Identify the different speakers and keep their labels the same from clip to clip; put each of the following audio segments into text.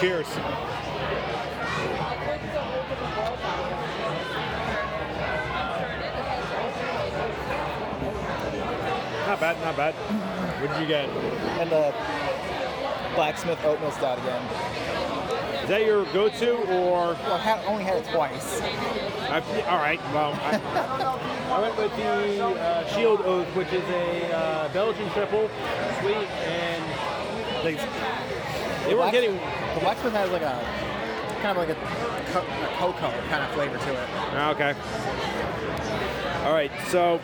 Speaker 1: Cheers. Not bad, not bad. What did you get?
Speaker 2: And the blacksmith oatmeal stout again.
Speaker 1: Is that your go-to or?
Speaker 2: Well, I had, only had it twice.
Speaker 1: I, all right. Well, I, I went with the uh, Shield Oath, which is a uh, Belgian triple, sweet, and like, they weren't
Speaker 2: Black-
Speaker 1: getting.
Speaker 2: The blacksmith has like a kind of like a, co- a cocoa kind of flavor to it.
Speaker 1: Ah, Okay. All right. So.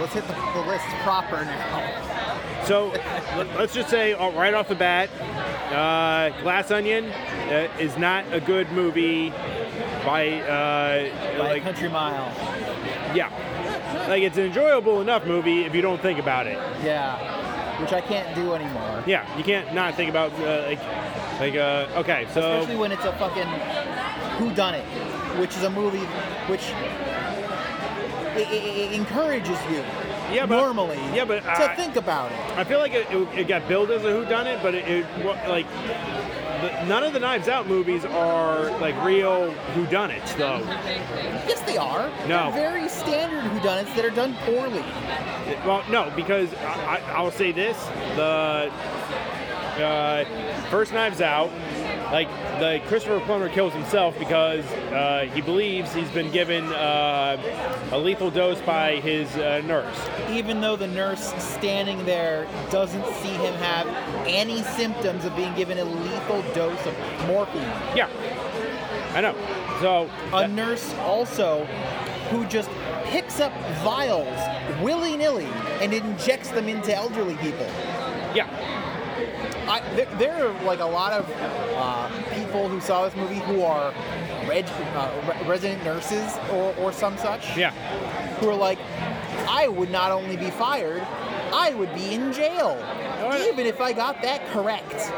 Speaker 2: Let's hit the, the list proper now.
Speaker 1: So let- let's just say uh, right off the bat, uh, Glass Onion uh, is not a good movie by, uh, like
Speaker 2: country mile.
Speaker 1: yeah, like it's an enjoyable enough movie if you don't think about it.
Speaker 2: Yeah, which I can't do anymore.
Speaker 1: Yeah, you can't not think about uh, like like uh, okay. So
Speaker 2: Especially when it's a fucking Who Done It, which is a movie which it, it, it encourages you
Speaker 1: Yeah, but-
Speaker 2: normally
Speaker 1: yeah, but
Speaker 2: to
Speaker 1: I-
Speaker 2: think about it.
Speaker 1: I feel like it, it, it got billed as a whodunit, but it, it wa- like the, none of the Knives Out movies are like real whodunits though.
Speaker 2: Yes, they are.
Speaker 1: No.
Speaker 2: They're very standard whodunits that are done poorly.
Speaker 1: Well, no, because I, I, I'll say this: the uh, first Knives Out, like the Christopher Plummer kills himself because uh, he believes he's been given uh, a lethal dose by his uh, nurse.
Speaker 2: Even though the nurse standing there doesn't see him have any symptoms of being given a lethal dose of morphine.
Speaker 1: Yeah, I know. So
Speaker 2: a nurse also who just picks up vials willy-nilly and injects them into elderly people
Speaker 1: yeah,
Speaker 2: I, there, there are like a lot of uh, people who saw this movie who are reg, uh, re- resident nurses or, or some such
Speaker 1: yeah,
Speaker 2: who are like i would not only be fired i would be in jail
Speaker 1: yeah.
Speaker 2: even if i got that correct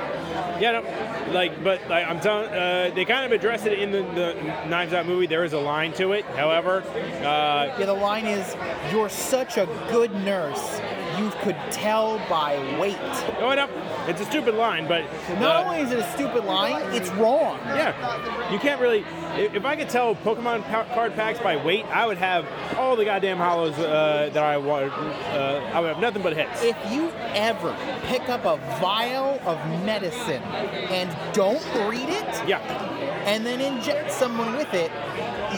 Speaker 1: yeah. No, like, but like, I'm telling, uh, they kind of address it in the, the Knives Out movie. There is a line to it, however. Uh,
Speaker 2: Yeah, the line is, "You're such a good nurse. You could tell by weight."
Speaker 1: no, I know. It's a stupid line, but
Speaker 2: Not
Speaker 1: uh,
Speaker 2: only is it a stupid line, it's wrong.
Speaker 1: Yeah, you can't really. i- If I could tell Pokemon pa- card packs by weight, I would have all the goddamn hollows uh, that I want. Uh, I would have nothing but hits.
Speaker 2: If you ever pick up a vial of medicine and don't read it,
Speaker 1: Yeah,
Speaker 2: and then inject someone with it,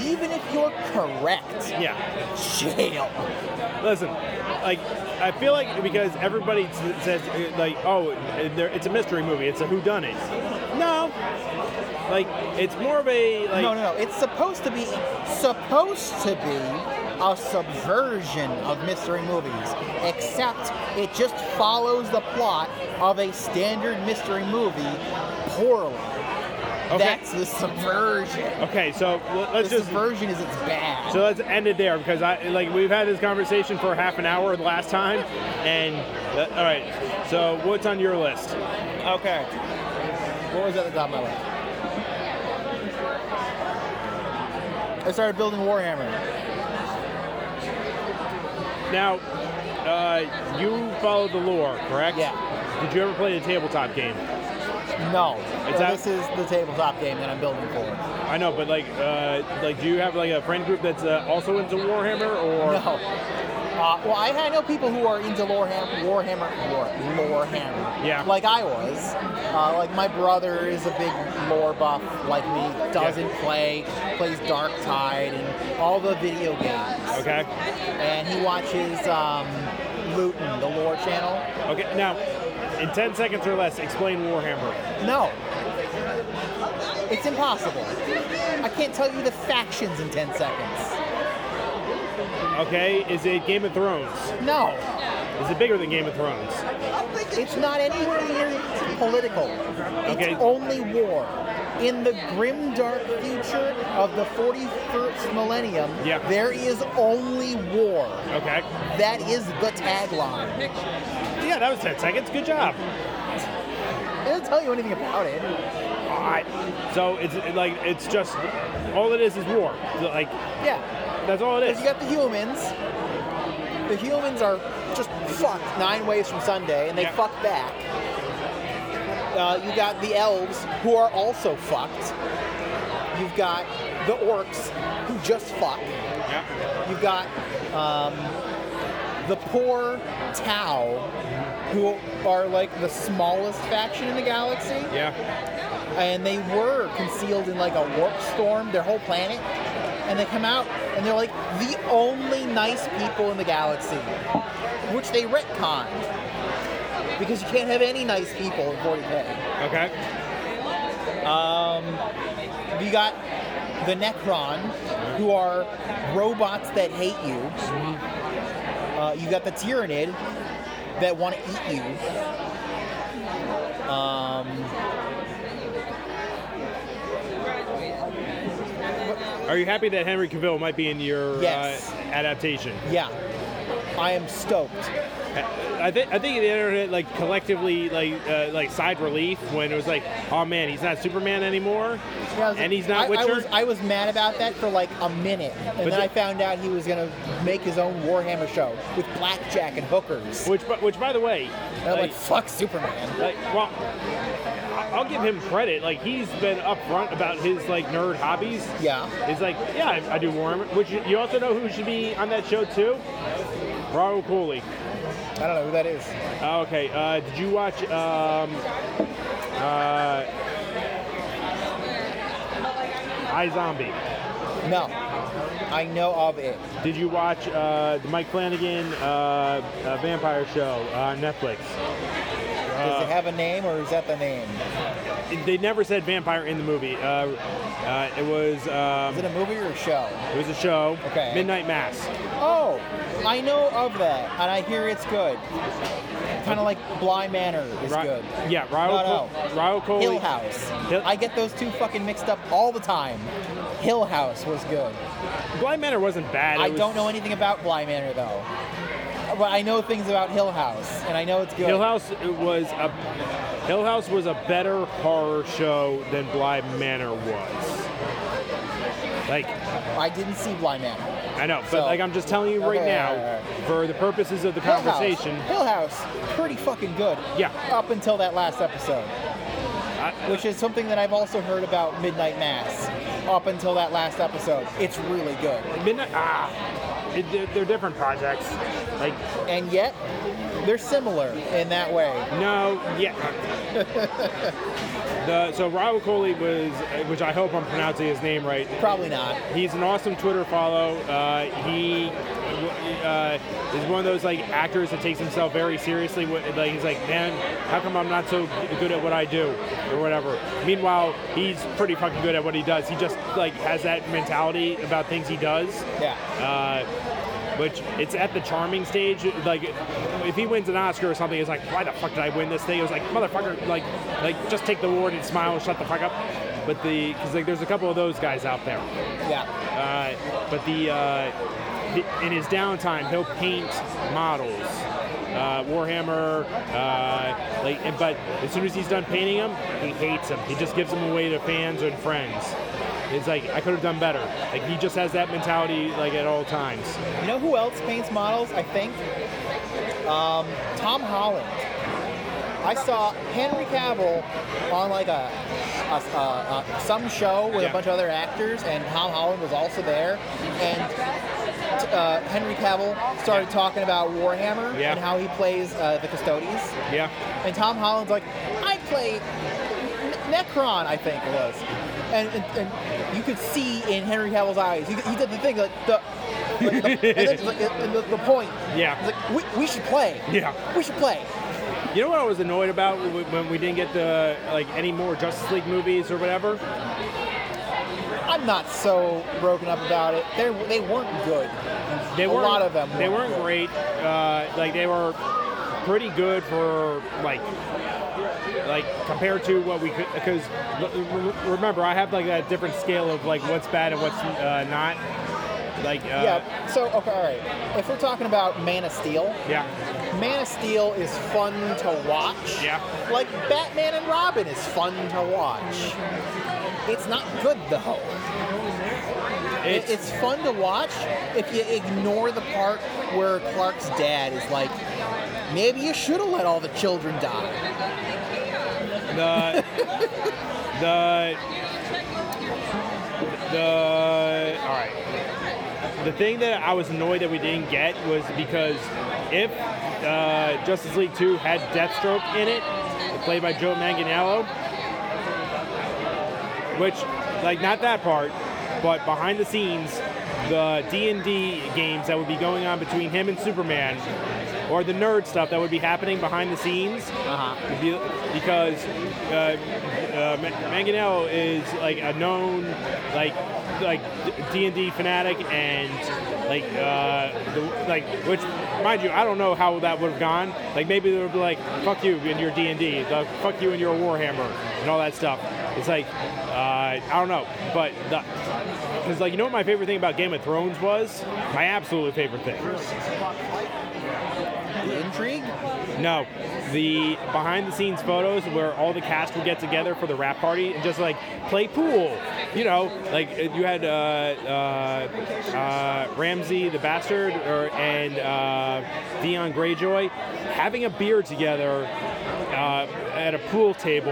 Speaker 2: even if you're correct,
Speaker 1: yeah.
Speaker 2: jail.
Speaker 1: Listen, like I feel like because everybody s- says uh, like, oh, uh, there- it's a mystery movie. It's a whodunit. No, like it's more of a like.
Speaker 2: no, no, no. It's supposed to be supposed to be a subversion of mystery movies, except it just follows the plot of a standard mystery movie poorly.
Speaker 1: Okay.
Speaker 2: That's the subversion.
Speaker 1: Okay, so l-
Speaker 2: The
Speaker 1: let's just.
Speaker 2: subversion is it's bad.
Speaker 1: So let's end it there because I like we've had this conversation for half an hour the last time, and uh, all right. So what's on your list?
Speaker 2: okay. What was at the top of my list? I started building Warhammer.
Speaker 1: Now, uh, you follow the lore, correct?
Speaker 2: Yeah.
Speaker 1: Did you ever play the tabletop game?
Speaker 2: No,
Speaker 1: It's
Speaker 2: So
Speaker 1: out-
Speaker 2: this is the tabletop game that I'm building for.
Speaker 1: I know, but like, uh, like, do you have like a friend group that's uh, also into Warhammer, or
Speaker 2: No. Uh, well, I, I know people who are into Lorehammer, Warhammer, Lore, Lorehammer.
Speaker 1: Yeah.
Speaker 2: Like I was. Uh, like my brother is a big lore buff, like me. Doesn't play, plays Dark Tide and all the video games.
Speaker 1: okay,
Speaker 2: And he watches um, Luton, the lore channel.
Speaker 1: okay. Now, in ten seconds or less, explain Warhammer.
Speaker 2: No. It's impossible. I can't tell you the factions in 10 seconds.
Speaker 1: Okay, is it Game of Thrones?
Speaker 2: No.
Speaker 1: Is it bigger than Game of Thrones?
Speaker 2: It's not anywhere near political. It's
Speaker 1: Okay.
Speaker 2: only war. In the grim dark future of the 41st millennium,
Speaker 1: Yeah.
Speaker 2: there is only war.
Speaker 1: Okay.
Speaker 2: That is the tagline.
Speaker 1: Yeah, that was ten seconds. Good job.
Speaker 2: It doesn't tell you anything about it.
Speaker 1: All right. So it's like it's just all it is is war. Like
Speaker 2: Yeah.
Speaker 1: that's all it is.
Speaker 2: You got the humans. the humans are just fucked nine ways from Sunday, and they
Speaker 1: Yeah.
Speaker 2: fuck back. Uh, you got the elves who are also fucked. You've got the orcs who just fuck.
Speaker 1: Yeah.
Speaker 2: You've got um, the poor Tau, who are like the smallest faction in the galaxy,
Speaker 1: Yeah.
Speaker 2: and they were concealed in like a warp storm, their whole planet. And they come out, and they're like the only nice people in the galaxy, which they retconned because you can't have any nice people in 40k.
Speaker 1: Okay.
Speaker 2: You got the Necron, who are robots that hate you. Uh, you got the Tyranid that want to eat you. Um,
Speaker 1: Are you happy that Henry Cavill might be in your
Speaker 2: Yes.
Speaker 1: uh, adaptation?
Speaker 2: yeah, I am stoked.
Speaker 1: I think I think the internet like collectively like uh, like sighed relief when it was like, oh man, he's not Superman anymore,
Speaker 2: Yeah, I was-
Speaker 1: and he's not
Speaker 2: I,
Speaker 1: Witcher.
Speaker 2: I was, I was mad about that for like a minute, and
Speaker 1: But
Speaker 2: then
Speaker 1: the-
Speaker 2: I found out he was gonna make his own Warhammer show with blackjack and hookers.
Speaker 1: which, bu- which, by the way,
Speaker 2: And I'm like, fuck Superman.
Speaker 1: Like, well, I- I'll give him credit. Like, he's been upfront about his like nerd hobbies.
Speaker 2: Yeah.
Speaker 1: He's like, yeah, I, I do Warhammer. Which you you also know who should be on that show too? Raul Cooley.
Speaker 2: I don't know who that is.
Speaker 1: Uh, okay. Uh, did you watch? Um, uh, I Zombie.
Speaker 2: No, I know of it.
Speaker 1: Did you watch uh, the Mike Flanagan uh, uh, vampire show on Netflix? Uh.
Speaker 2: Does it have a name or is that the name?
Speaker 1: They never said vampire in the movie. Uh, uh, it was
Speaker 2: Is it
Speaker 1: um,
Speaker 2: a movie or a show?
Speaker 1: it was a show.
Speaker 2: Okay.
Speaker 1: Midnight Mass.
Speaker 2: Oh, I know of that, and I hear it's good. Kind of like Bly Manor is
Speaker 1: Ri-
Speaker 2: good.
Speaker 1: Yeah, Ryo,
Speaker 2: No,
Speaker 1: Col- Ryo Coley.
Speaker 2: Hill House.
Speaker 1: Hill-
Speaker 2: I get those two fucking mixed up all the time. Hill House was good.
Speaker 1: Blind Manor wasn't bad. It
Speaker 2: I
Speaker 1: was-
Speaker 2: don't know anything about Bly Manor though, but I know things about Hill House, and I know it's good.
Speaker 1: Hill House was a Hill House was a better horror show than Blind Manor was. Like
Speaker 2: I didn't see Bly Manor.
Speaker 1: I know, but
Speaker 2: So-
Speaker 1: like I'm just telling you right
Speaker 2: Okay,
Speaker 1: now,
Speaker 2: alright,
Speaker 1: for the purposes of the
Speaker 2: Hill
Speaker 1: conversation,
Speaker 2: House. Hill House, pretty fucking good.
Speaker 1: Yeah.
Speaker 2: Up until that last episode,
Speaker 1: I-
Speaker 2: which is something that I've also heard about Midnight Mass. Up until that last episode, it's really good.
Speaker 1: Midnight. Ah, it, they're, they're different projects. Like
Speaker 2: and yet they're similar in that way.
Speaker 1: no, yeah. the, so Raul Coley was, which I hope I'm pronouncing his name right.
Speaker 2: Probably not.
Speaker 1: He's an awesome Twitter follow. Uh, he uh, is one of those like actors that takes himself very seriously. Wh- Like he's like, man, how come I'm not so good at what I do or whatever. Meanwhile, he's pretty fucking good at what he does. He just like has that mentality about things he does.
Speaker 2: Yeah.
Speaker 1: Uh, which it's at the charming stage. Like, if he wins an Oscar or something, it's like, why the fuck did I win this thing? It was like, motherfucker, like, like just take the award and smile and shut the fuck up. But the, because like, there's a couple of those guys out there.
Speaker 2: Yeah.
Speaker 1: Uh, but the, uh, the- in his downtime, he'll paint models, uh, Warhammer. Uh, like, and- but as soon as he's done painting them, he hates them. He just gives them away to fans and friends. It's like I could have done better. Like he just has that mentality, like at all times.
Speaker 2: You know who else paints models? I think um, Tom Holland. I saw Henry Cavill on like a, a, a- a- some show with
Speaker 1: Yeah.
Speaker 2: a bunch of other actors, and Tom Holland was also there. And t- uh, Henry Cavill started talking about Warhammer
Speaker 1: Yeah.
Speaker 2: and how he plays uh, the Custodes.
Speaker 1: Yeah,
Speaker 2: And Tom Holland's like, I played Ne- Necron, I think it was. And, and, and you could see in Henry Cavill's eyes, he, he did the thing, like the, like the, and then, like, and the, the point.
Speaker 1: Yeah.
Speaker 2: He's like, we, we should play.
Speaker 1: Yeah.
Speaker 2: We should play.
Speaker 1: you know what I was annoyed about w- when we didn't get the like any more Justice League movies or whatever.
Speaker 2: I'm not so broken up about it. They they weren't good.
Speaker 1: They
Speaker 2: a
Speaker 1: weren't,
Speaker 2: lot of them.
Speaker 1: They
Speaker 2: weren't
Speaker 1: weren't
Speaker 2: good.
Speaker 1: great. Uh, like they were pretty good for like like compared to what we could. Because remember, I have like that different scale of like what's bad and what's uh, not. Like uh,
Speaker 2: Yeah. So okay, all right. If we're talking about Man of Steel,
Speaker 1: yeah,
Speaker 2: Man of Steel is fun to watch.
Speaker 1: Yeah.
Speaker 2: Like Batman and Robin is fun to watch. It's not good though. It-
Speaker 1: It's,
Speaker 2: It's, fun to watch if you ignore the part where Clark's dad is like, maybe you should have let all the children die.
Speaker 1: the the the all right. The thing that I was annoyed that we didn't get was because if uh, Justice League 2 had Deathstroke in it, played by Joe Manganiello, which like not that part, but behind the scenes, the D and D games that would be going on between him and Superman, or the nerd stuff that would be happening behind the scenes,
Speaker 2: Uh-huh.
Speaker 1: be- because uh, uh, Ma- Manganiello is like a known like like D and D fanatic and like uh, the, like which mind you I don't know how that would have gone like maybe they would be like fuck you and your D and D the fuck you and your Warhammer and all that stuff it's like uh, I don't know but the because like you know what my favorite thing about Game of Thrones was my absolute favorite thing
Speaker 2: The intrigue?
Speaker 1: No, the behind the scenes photos where all the cast would get together for the rap party and just like play pool. You know, like you had uh, uh, uh, Ramsey the Bastard or, and uh, Dion Greyjoy having a beer together uh, at a pool table,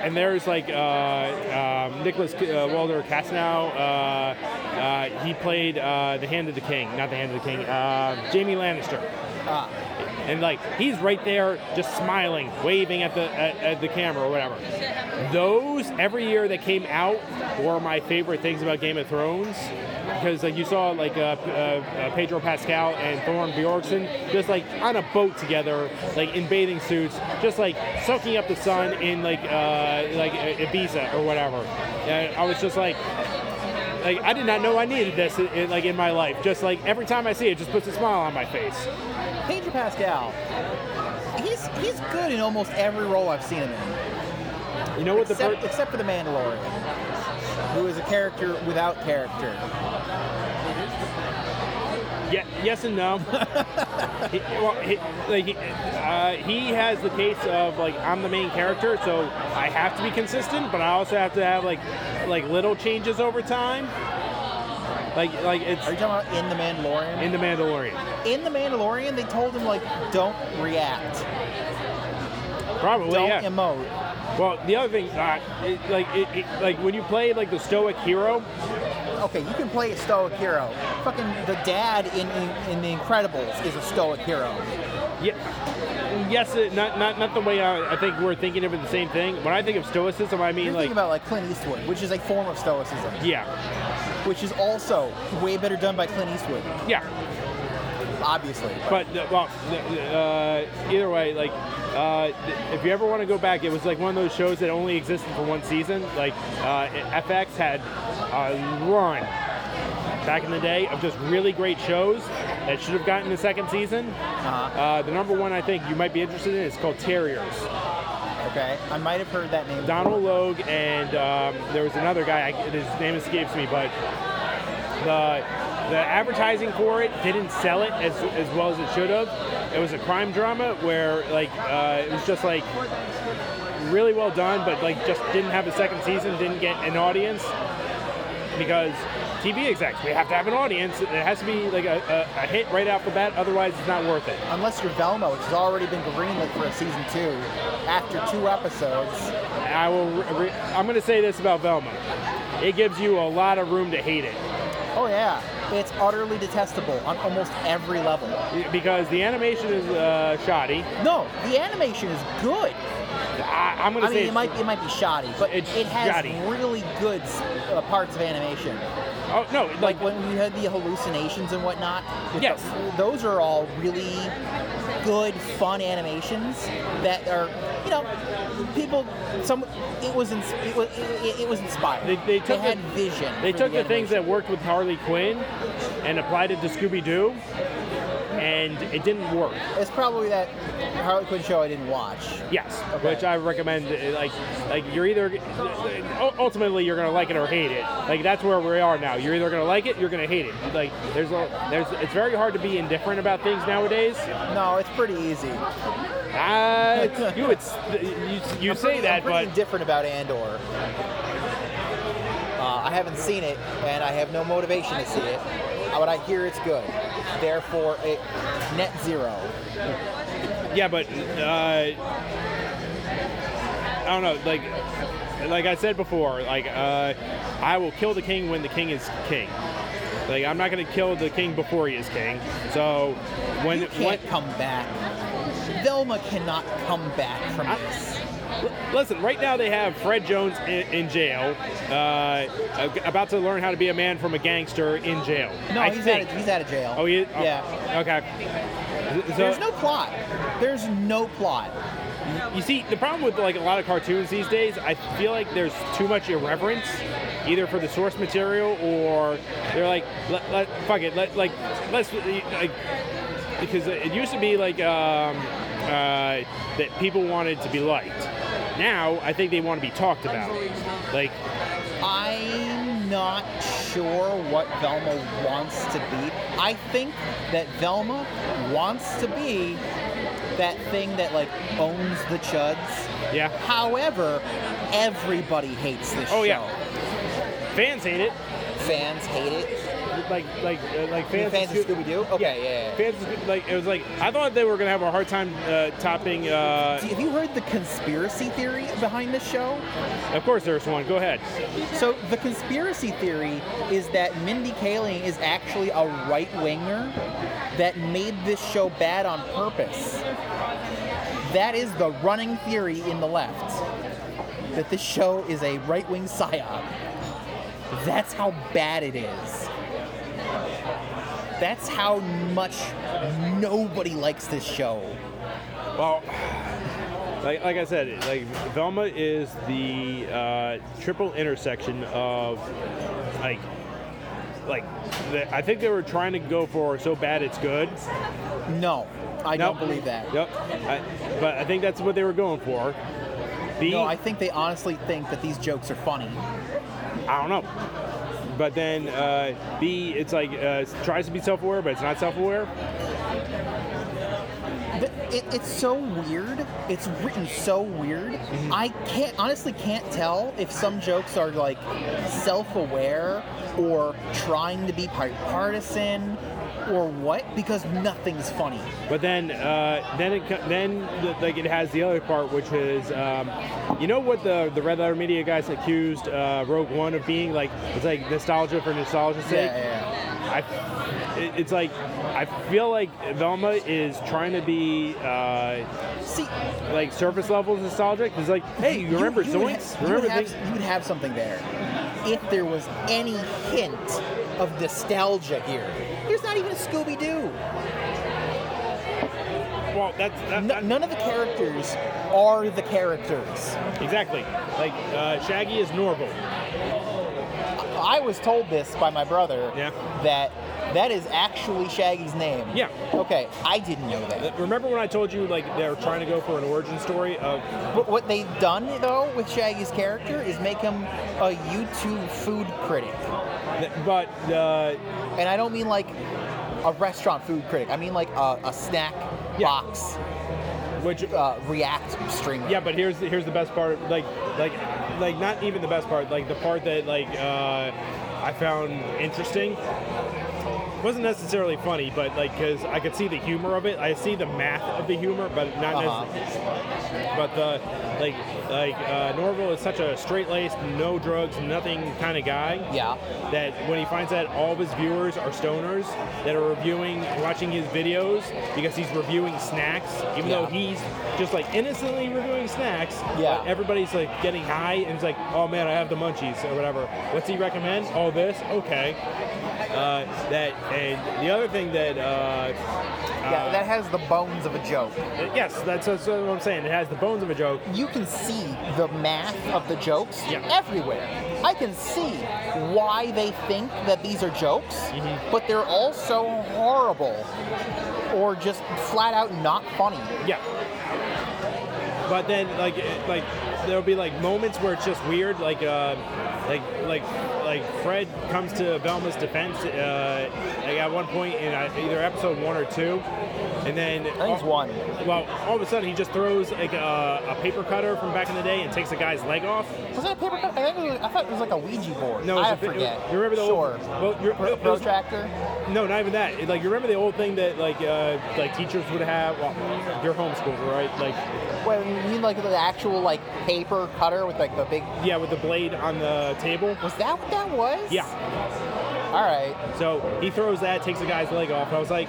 Speaker 1: and there's like uh, um, Nicholas uh, Walder Casnow. Uh, uh, he played uh, the Hand of the King, not the Hand of the King. Uh, Jamie Lannister
Speaker 2: Ah,
Speaker 1: and like he's right there just smiling waving at the at, at the camera or whatever those every year that came out were my favorite things about game of thrones because like you saw like uh, uh, uh, pedro pascal and Thorne bjorkson just like on a boat together like in bathing suits just like soaking up the sun in like uh, like uh, ibiza or whatever and i was just like like I did not know I needed this in, in- like in my life. Just like every time I see it, it just puts a smile on my face.
Speaker 2: Pedro Pascal. He's he's good in almost every role I've seen him in.
Speaker 1: You know what the per-
Speaker 2: except, except for the Mandalorian, who is a character without character.
Speaker 1: Yeah, yes and no. he, well, he, like, he- uh, he has the case of like I'm the main character, so I have to be consistent, but I also have to have like like little changes over time. Like like it's
Speaker 2: Are you talking about in the Mandalorian?
Speaker 1: in the Mandalorian,
Speaker 2: In, the Mandalorian, they told him like, don't react,
Speaker 1: probably
Speaker 2: don't
Speaker 1: yeah.
Speaker 2: emote.
Speaker 1: well, the other thing, uh, it, like it, it, like when you play like the stoic hero,
Speaker 2: Okay, you can play a stoic hero. Fucking the dad in in, in The Incredibles is a stoic hero.
Speaker 1: yeah. Yes, it, not, not not the way I, I think we're thinking of it. The same thing. When I think of stoicism, I mean
Speaker 2: You're
Speaker 1: like
Speaker 2: thinking about like Clint Eastwood, which is a form of stoicism,
Speaker 1: yeah,
Speaker 2: which is also way better done by Clint Eastwood,
Speaker 1: yeah.
Speaker 2: obviously.
Speaker 1: But uh, well, uh, either way, like uh, if you ever want to go back, it was like one of those shows that only existed for one season. Like uh, FX had a run back in the day of just really great shows that should have gotten a second season.
Speaker 2: Uh-huh.
Speaker 1: Uh, the number one I think you might be interested in is called Terriers.
Speaker 2: Okay, I might have heard that name.
Speaker 1: Donald Logue and um, there was another guy. I, his name escapes me, but the the advertising for it didn't sell it as as well as it should have. It was a crime drama where like uh, it was just like really well done, but like just didn't have a second season, didn't get an audience because TV execs we have to have an audience. It has to be like a, a, a hit right off the bat, otherwise it's not worth it.
Speaker 2: Unless you're Velma, which has already been greenlit for a season two, after two episodes.
Speaker 1: I will. Re- re- I'm going to say this about Velma. It gives you a lot of room to hate it.
Speaker 2: Oh yeah, it's utterly detestable on almost every level.
Speaker 1: because the animation is uh, shoddy.
Speaker 2: No, the animation is good.
Speaker 1: I, I'm gonna
Speaker 2: I
Speaker 1: say
Speaker 2: mean, it might it might be shoddy, but
Speaker 1: It's
Speaker 2: it has
Speaker 1: shoddy.
Speaker 2: really good uh, parts of animation.
Speaker 1: oh no, like,
Speaker 2: Like when you had the hallucinations and whatnot. with
Speaker 1: Yes.
Speaker 2: the- those are all really good, fun animations that are, you know, people. Some it was ins- it was it, it was inspired.
Speaker 1: They- they took
Speaker 2: had
Speaker 1: the-
Speaker 2: vision.
Speaker 1: they
Speaker 2: for
Speaker 1: took the things
Speaker 2: animation.
Speaker 1: that worked with Harley Quinn and applied it to Scooby Doo, and it didn't work.
Speaker 2: It's probably that Harley Quinn show I didn't watch.
Speaker 1: Yes,
Speaker 2: Okay.
Speaker 1: which I recommend. uh, Like, like you're either u- ultimately you're gonna like it or hate it. Like that's where we are now. You're either gonna like it, you're gonna hate it. Like there's a, there's it's very hard to be indifferent about things nowadays.
Speaker 2: No, it's pretty easy.
Speaker 1: Uh, it's- you it's you, you
Speaker 2: I'm
Speaker 1: say
Speaker 2: pretty-
Speaker 1: that,
Speaker 2: I'm pretty
Speaker 1: but
Speaker 2: different about Andor. Uh, I haven't seen it, and I have no motivation to see it. but I hear it's good. Therefore, it net zero.
Speaker 1: Yeah, but uh, I don't know. Like, like I said before, like uh, I will kill the king when the king is king. Like I'm not gonna kill the king before he is king. So when
Speaker 2: You
Speaker 1: when-
Speaker 2: can't come back. Velma cannot come back from
Speaker 1: I-
Speaker 2: this.
Speaker 1: L- Listen, right now they have Fred Jones in, in jail, uh, ab- about to learn how to be a man from a gangster in jail.
Speaker 2: No,
Speaker 1: I
Speaker 2: Uh, he's out,
Speaker 1: think.
Speaker 2: of, he's out of jail.
Speaker 1: Oh, he, oh,
Speaker 2: yeah.
Speaker 1: Okay. So,
Speaker 2: There's no plot. There's no plot.
Speaker 1: you see, the problem with like a lot of cartoons these days, I feel like there's too much irreverence, either for the source material or they're like, let, let, fuck it, let, like, let's like, because it used to be like um, uh, that people wanted to be liked. Now I think they want to be talked about. Like,
Speaker 2: I'm not sure what Velma wants to be. I think that Velma wants to be that thing that like owns the chuds.
Speaker 1: yeah.
Speaker 2: However, everybody hates this
Speaker 1: Oh,
Speaker 2: show.
Speaker 1: yeah. Fans hate it.
Speaker 2: Fans hate it.
Speaker 1: Like like uh, like
Speaker 2: You
Speaker 1: fans.
Speaker 2: mean Fans
Speaker 1: of
Speaker 2: of
Speaker 1: Scoo-
Speaker 2: Scooby Doo. Okay, yeah. yeah,
Speaker 1: Fans of Scoo- like it was like I thought they were gonna have a hard time uh, topping. Uh,
Speaker 2: yeah. Have you heard the conspiracy theory behind this show?
Speaker 1: of course, there's one. Go ahead.
Speaker 2: So the conspiracy theory is that Mindy Kaling is actually a right winger that made this show bad on purpose. That is the running theory in the left. That this show is a right wing psyop. That's how bad it is. That's how much nobody likes this show.
Speaker 1: Well, like like I said, like Velma is the uh, triple intersection of like like the, I think they were trying to go for so bad it's good.
Speaker 2: No, I
Speaker 1: Nope.
Speaker 2: don't believe that.
Speaker 1: Yep. I, but I think that's what they were going for. The,
Speaker 2: No, I think they honestly think that these jokes are funny.
Speaker 1: I don't know. But then uh, B, it's like uh, tries to be self-aware, but it's not self-aware.
Speaker 2: Th- It, it's so weird. It's written so weird.
Speaker 1: Mm-hmm.
Speaker 2: I can't honestly can't tell if some jokes are like self-aware or trying to be par- partisan or what because nothing's funny.
Speaker 1: But then, uh, then it co- then the, like it has the other part, which is um, you know what the the red letter media guys accused uh, Rogue One of being like it's like nostalgia for nostalgia's sake.
Speaker 2: yeah.
Speaker 1: I, it- it's like I feel like Velma is trying to be uh,
Speaker 2: See,
Speaker 1: like surface level nostalgic. It's like, hey, you remember
Speaker 2: would
Speaker 1: Zoinks?
Speaker 2: ha- you
Speaker 1: remember
Speaker 2: would have,
Speaker 1: things?
Speaker 2: you would have something there if there was any hint of nostalgia here. There's not even a Scooby Doo.
Speaker 1: Well, that's that, that-
Speaker 2: none of the characters are the characters.
Speaker 1: exactly like uh, Shaggy is Norval.
Speaker 2: I was told this by my brother.
Speaker 1: Yeah.
Speaker 2: That that is actually Shaggy's name.
Speaker 1: Yeah.
Speaker 2: Okay, I didn't know that.
Speaker 1: Uh, Remember when I told you like they were trying to go for an origin story of
Speaker 2: But what they've done though with Shaggy's character is make him a YouTube food critic,
Speaker 1: But uh,
Speaker 2: and I don't mean like a restaurant food critic. I mean like a, a snack
Speaker 1: Yeah.
Speaker 2: box
Speaker 1: which,
Speaker 2: uh, React streamer.
Speaker 1: yeah, but here's here's the best part. Like, like, like not even the best part. Like the part that like uh, I found interesting wasn't necessarily funny, but like because I could see the humor of it. I see the math of the humor, but not
Speaker 2: Uh-huh.
Speaker 1: necessarily. But the like like uh, Norville is such a straight laced, no drugs, nothing kind of guy.
Speaker 2: Yeah.
Speaker 1: That when he finds out all of his viewers are stoners that are reviewing, watching his videos because he's reviewing snacks, even though
Speaker 2: Yeah.
Speaker 1: he's just like innocently reviewing snacks.
Speaker 2: Yeah.
Speaker 1: but Everybody's like getting high and it's like, oh man, I have the munchies or whatever. What's he recommend? All this? Okay. Uh, that and the other thing that uh,
Speaker 2: Yeah, that has the bones of a joke.
Speaker 1: yes, that's, that's what I'm saying. It has the bones of a joke.
Speaker 2: you can see the math of the jokes
Speaker 1: Yeah.
Speaker 2: everywhere. I can see why they think that these are jokes,
Speaker 1: Mm-hmm.
Speaker 2: but they're also horrible or just flat out not funny.
Speaker 1: Yeah. But then, like, it- like, there'll be like moments where it's just weird, like uh, like like like Fred comes to Velma's defense uh, like at one point in uh, either episode one or two, and then
Speaker 2: I think it's one.
Speaker 1: Well, all of a sudden he just throws like a, a paper cutter from back in the day and takes a guy's leg off.
Speaker 2: Was that a paper cut? I, think it was, I thought it was like a Ouija board.
Speaker 1: No, it was
Speaker 2: I
Speaker 1: a bit- it-
Speaker 2: forget.
Speaker 1: you remember the
Speaker 2: sure.
Speaker 1: old? Well, you
Speaker 2: Pro- protractor.
Speaker 1: No, not even that. It- Like you remember the old thing that like uh, like teachers would have. Well, your homeschool, right? Like
Speaker 2: Well, you mean like the actual like paper cutter with like the big.
Speaker 1: yeah, with the blade on the table.
Speaker 2: Was that what that was?
Speaker 1: Yeah.
Speaker 2: All right.
Speaker 1: So he throws that, takes the guy's leg off. I was like,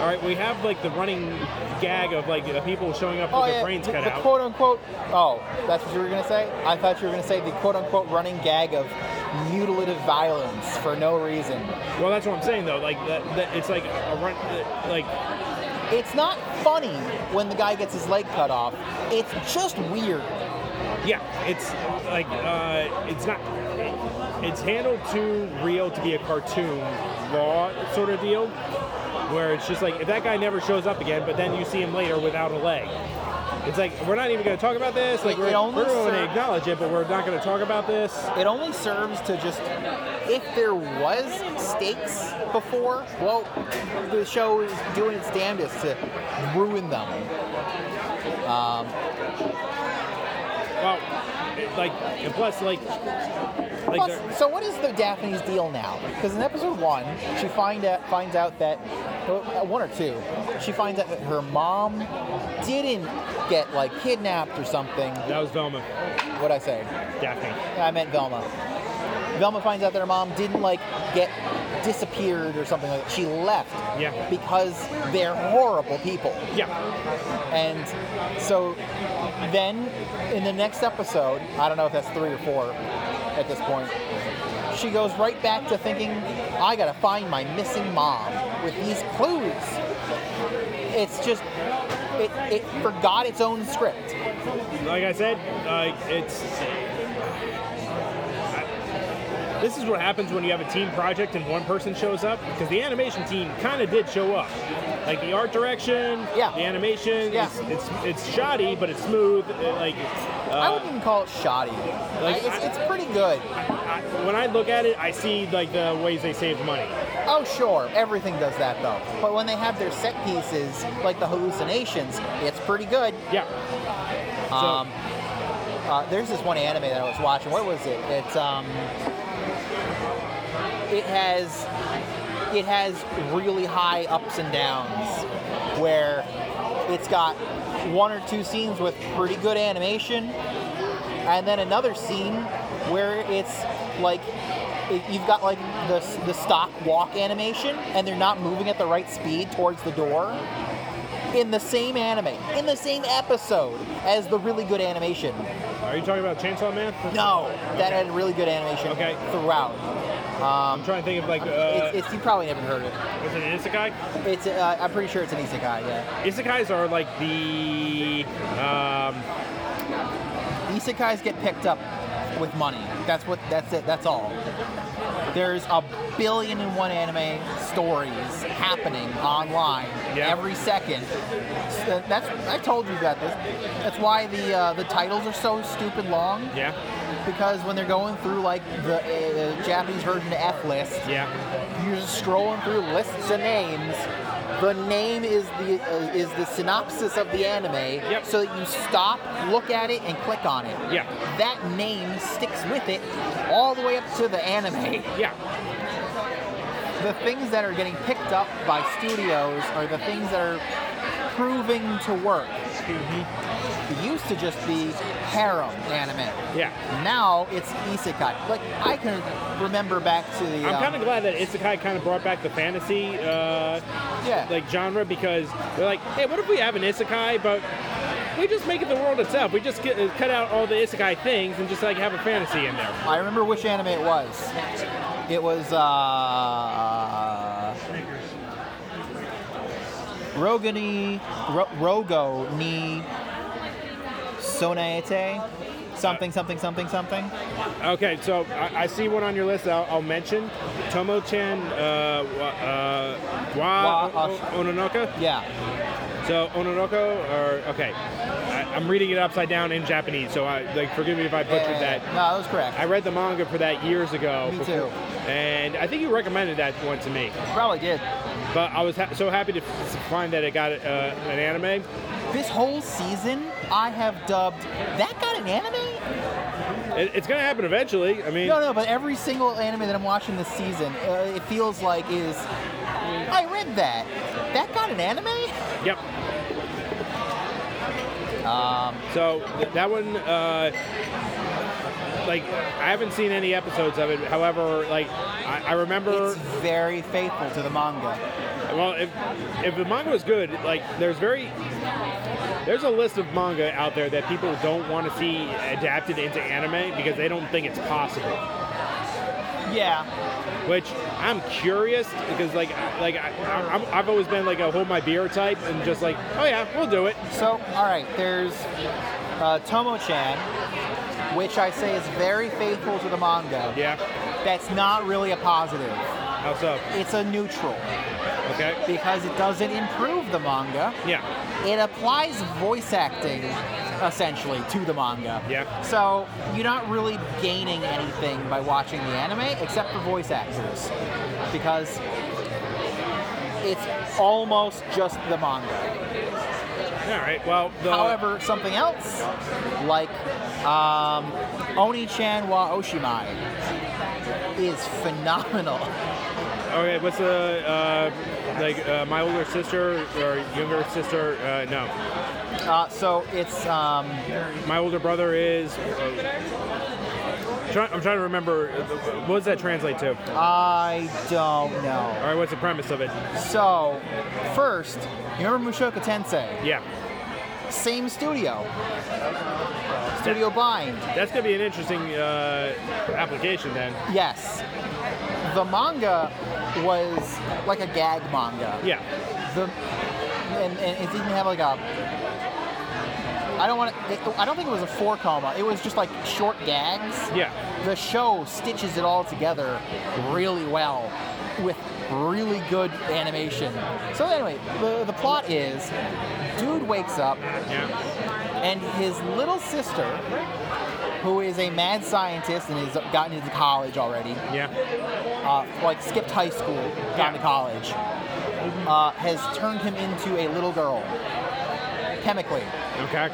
Speaker 1: all right, we have like the running gag of like the people showing up with their brains
Speaker 2: Oh, the,
Speaker 1: cut out.
Speaker 2: quote unquote. Oh, that's what you were gonna say. I thought you were gonna say the quote unquote running gag of mutilative violence for no reason.
Speaker 1: well, that's what I'm saying though. Like that, that it's like a run, that- like
Speaker 2: It's not funny when the guy gets his leg cut off. It's just weird.
Speaker 1: yeah, it's like uh, it's not. It's handled too real to be a cartoon raw sort of deal, where it's just like if that guy never shows up again, but then you see him later without a leg. It's like we're not even going to talk about this. Like
Speaker 2: It-
Speaker 1: we're,
Speaker 2: it only
Speaker 1: we're going to
Speaker 2: serves-
Speaker 1: acknowledge it, but we're not going to talk about this.
Speaker 2: It only serves to just if there was stakes before. Well, the show is doing its damnedest to ruin them.
Speaker 1: Well, it- like, and plus, like, like
Speaker 2: Plus,
Speaker 1: they're-
Speaker 2: so what is the Daphne's deal now? Because in episode one, she find out, finds out that uh, one or two, she finds out that her mom didn't get like kidnapped or something.
Speaker 1: that was Velma,
Speaker 2: What'd I say?
Speaker 1: Daphne.
Speaker 2: I meant Velma. Velma finds out that her mom didn't like get disappeared or something like that. She left
Speaker 1: Yeah.
Speaker 2: because they're horrible people.
Speaker 1: Yeah,
Speaker 2: And so then in the next episode, I don't know if that's three or four at this point, she goes right back to thinking, I gotta find my missing mom with these clues. It's just, it, it forgot its own script.
Speaker 1: like I said, like it's. This is what happens when you have a team project and one person shows up because the animation team kind of did show up, like the art direction,
Speaker 2: Yeah.
Speaker 1: the animation,
Speaker 2: Yeah.
Speaker 1: it's, it's it's shoddy but it's smooth. It, like,
Speaker 2: I
Speaker 1: uh,
Speaker 2: wouldn't even call it shoddy.
Speaker 1: Like,
Speaker 2: I- it's,
Speaker 1: I-
Speaker 2: it's pretty good.
Speaker 1: I, when I look at it, I see like the ways they save money.
Speaker 2: Oh, sure, everything does that though. But when they have their set pieces, like the hallucinations, it's pretty good.
Speaker 1: Yeah, so,
Speaker 2: Um, uh, there's this one anime that I was watching. What was it? It's um, it has it has really high ups and downs where it's got one or two scenes with pretty good animation, and then another scene where it's like it- you've got like the the stock walk animation, and they're not moving at the right speed towards the door in the same anime, in the same episode as the really good animation.
Speaker 1: are you talking about Chainsaw Man?
Speaker 2: No, that had really good animation
Speaker 1: Okay.
Speaker 2: throughout.
Speaker 1: I'm trying to think of like uh,
Speaker 2: it's, it's, you probably never heard of it.
Speaker 1: was it an isekai?
Speaker 2: It's uh, I'm pretty sure it's an isekai. Yeah,
Speaker 1: Isekais are like the um,
Speaker 2: isekais get picked up with money. That's what. That's it. That's all. There's a billion and one anime stories happening online
Speaker 1: Yeah.
Speaker 2: every second. So That's I told you about this. That's why the uh, the titles are so stupid long.
Speaker 1: yeah,
Speaker 2: because when they're going through like the uh, Japanese version of F list,
Speaker 1: yeah,
Speaker 2: you're just scrolling through lists of names. The name is the uh, is the synopsis of the anime,
Speaker 1: Yep.
Speaker 2: so that you stop, look at it, and click on it.
Speaker 1: Yeah.
Speaker 2: That name sticks with it all the way up to the anime.
Speaker 1: yeah,
Speaker 2: The things that are getting picked up by studios are the things that are proving to work. It used to just be harem anime.
Speaker 1: yeah.
Speaker 2: Now it's isekai. Like I can remember back to the.
Speaker 1: I'm
Speaker 2: um,
Speaker 1: kind of glad that Isekai kind of brought back the fantasy uh,
Speaker 2: yeah.
Speaker 1: like genre because they're like, hey, what if we have an Isekai, but we just make it the world itself. We just get, cut out all the Isekai things and just like have a fantasy in there.
Speaker 2: I remember which anime it was. It was uh, Rogani Ro- Rogo ni Sonaete, something something something something.
Speaker 1: Okay, so I, I see one on your list. that I'll, I'll mention Tomo-chan uh, wa, uh, wa,
Speaker 2: Wa-
Speaker 1: Ononoka.
Speaker 2: Yeah,
Speaker 1: So Onoroko, or okay, I, I'm reading it upside down in Japanese, so I like forgive me if I butchered that.
Speaker 2: No, that was correct.
Speaker 1: I read the manga for that years ago.
Speaker 2: Me too.
Speaker 1: And I think you recommended that one to me.
Speaker 2: probably did.
Speaker 1: But I was ha- so happy to f- find that it got uh, an anime.
Speaker 2: This whole season, I have dubbed that got an anime.
Speaker 1: It, it's going to happen eventually. I mean,
Speaker 2: No, no, but every single anime that I'm watching this season, uh, it feels like is I read that. That got an anime?
Speaker 1: yep.
Speaker 2: Um,
Speaker 1: So th- that one, uh, like, I haven't seen any episodes of it. However, like, I, I remember.
Speaker 2: it's very faithful to the manga.
Speaker 1: Well, if, if the manga was good, like there's very there's a list of manga out there that people don't want to see adapted into anime because they don't think it's possible.
Speaker 2: Yeah.
Speaker 1: Which I'm curious because like I- like I, I'm, I've always been like a hold my beer type and just like oh yeah we'll do it.
Speaker 2: So, all right, there's uh, Tomo-chan, which I say is very faithful to the manga.
Speaker 1: Yeah.
Speaker 2: That's not really a positive.
Speaker 1: How so?
Speaker 2: It's a neutral
Speaker 1: Okay.
Speaker 2: because it doesn't improve the manga.
Speaker 1: Yeah.
Speaker 2: It applies voice acting essentially to the manga.
Speaker 1: Yeah.
Speaker 2: So you're not really gaining anything by watching the anime except for voice actors because it's almost just the manga.
Speaker 1: All right. Well, the,
Speaker 2: However, something else like um, Oni-chan wa Oshimai is phenomenal.
Speaker 1: okay. What's the uh, like uh, my older sister or younger sister? Uh, no,
Speaker 2: Uh, so it's um,
Speaker 1: my older brother is. Uh, try, I'm trying to remember. uh, What does that translate to? All
Speaker 2: I don't know.
Speaker 1: right. What's the premise of it?
Speaker 2: So first, you remember Mushoku Tensei?
Speaker 1: Yeah.
Speaker 2: Same studio. Studio Bind.
Speaker 1: That's gonna be an interesting uh, application then.
Speaker 2: Yes. The manga was like a gag manga.
Speaker 1: Yeah.
Speaker 2: The and, and it didn't have like a I don't want to I don't think it was a four comma. It was just like short gags.
Speaker 1: Yeah.
Speaker 2: The show stitches it all together really well with really good animation. So anyway, the, the plot is dude wakes up
Speaker 1: Yeah.
Speaker 2: and his little sister who is a mad scientist and has gotten into college already
Speaker 1: Yeah.
Speaker 2: uh, like skipped high school, gone to college, uh, has turned him into a little girl. Chemically,
Speaker 1: Okay.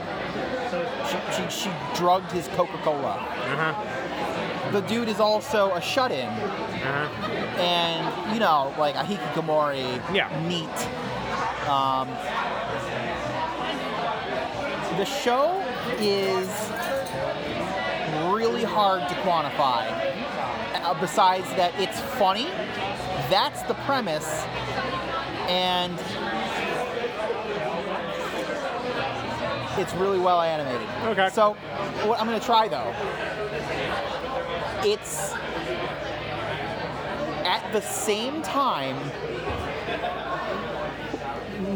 Speaker 2: she, she, she drugged his Coca Cola.
Speaker 1: Uh huh.
Speaker 2: The dude is also a shut in,
Speaker 1: Uh huh.
Speaker 2: and you know, like a hikikomori,
Speaker 1: Yeah.
Speaker 2: neat. Um, the show is really hard to quantify. Uh, besides that, it's funny. That's the premise, and it's really well animated.
Speaker 1: Okay.
Speaker 2: So, what I'm gonna try though, it's at the same time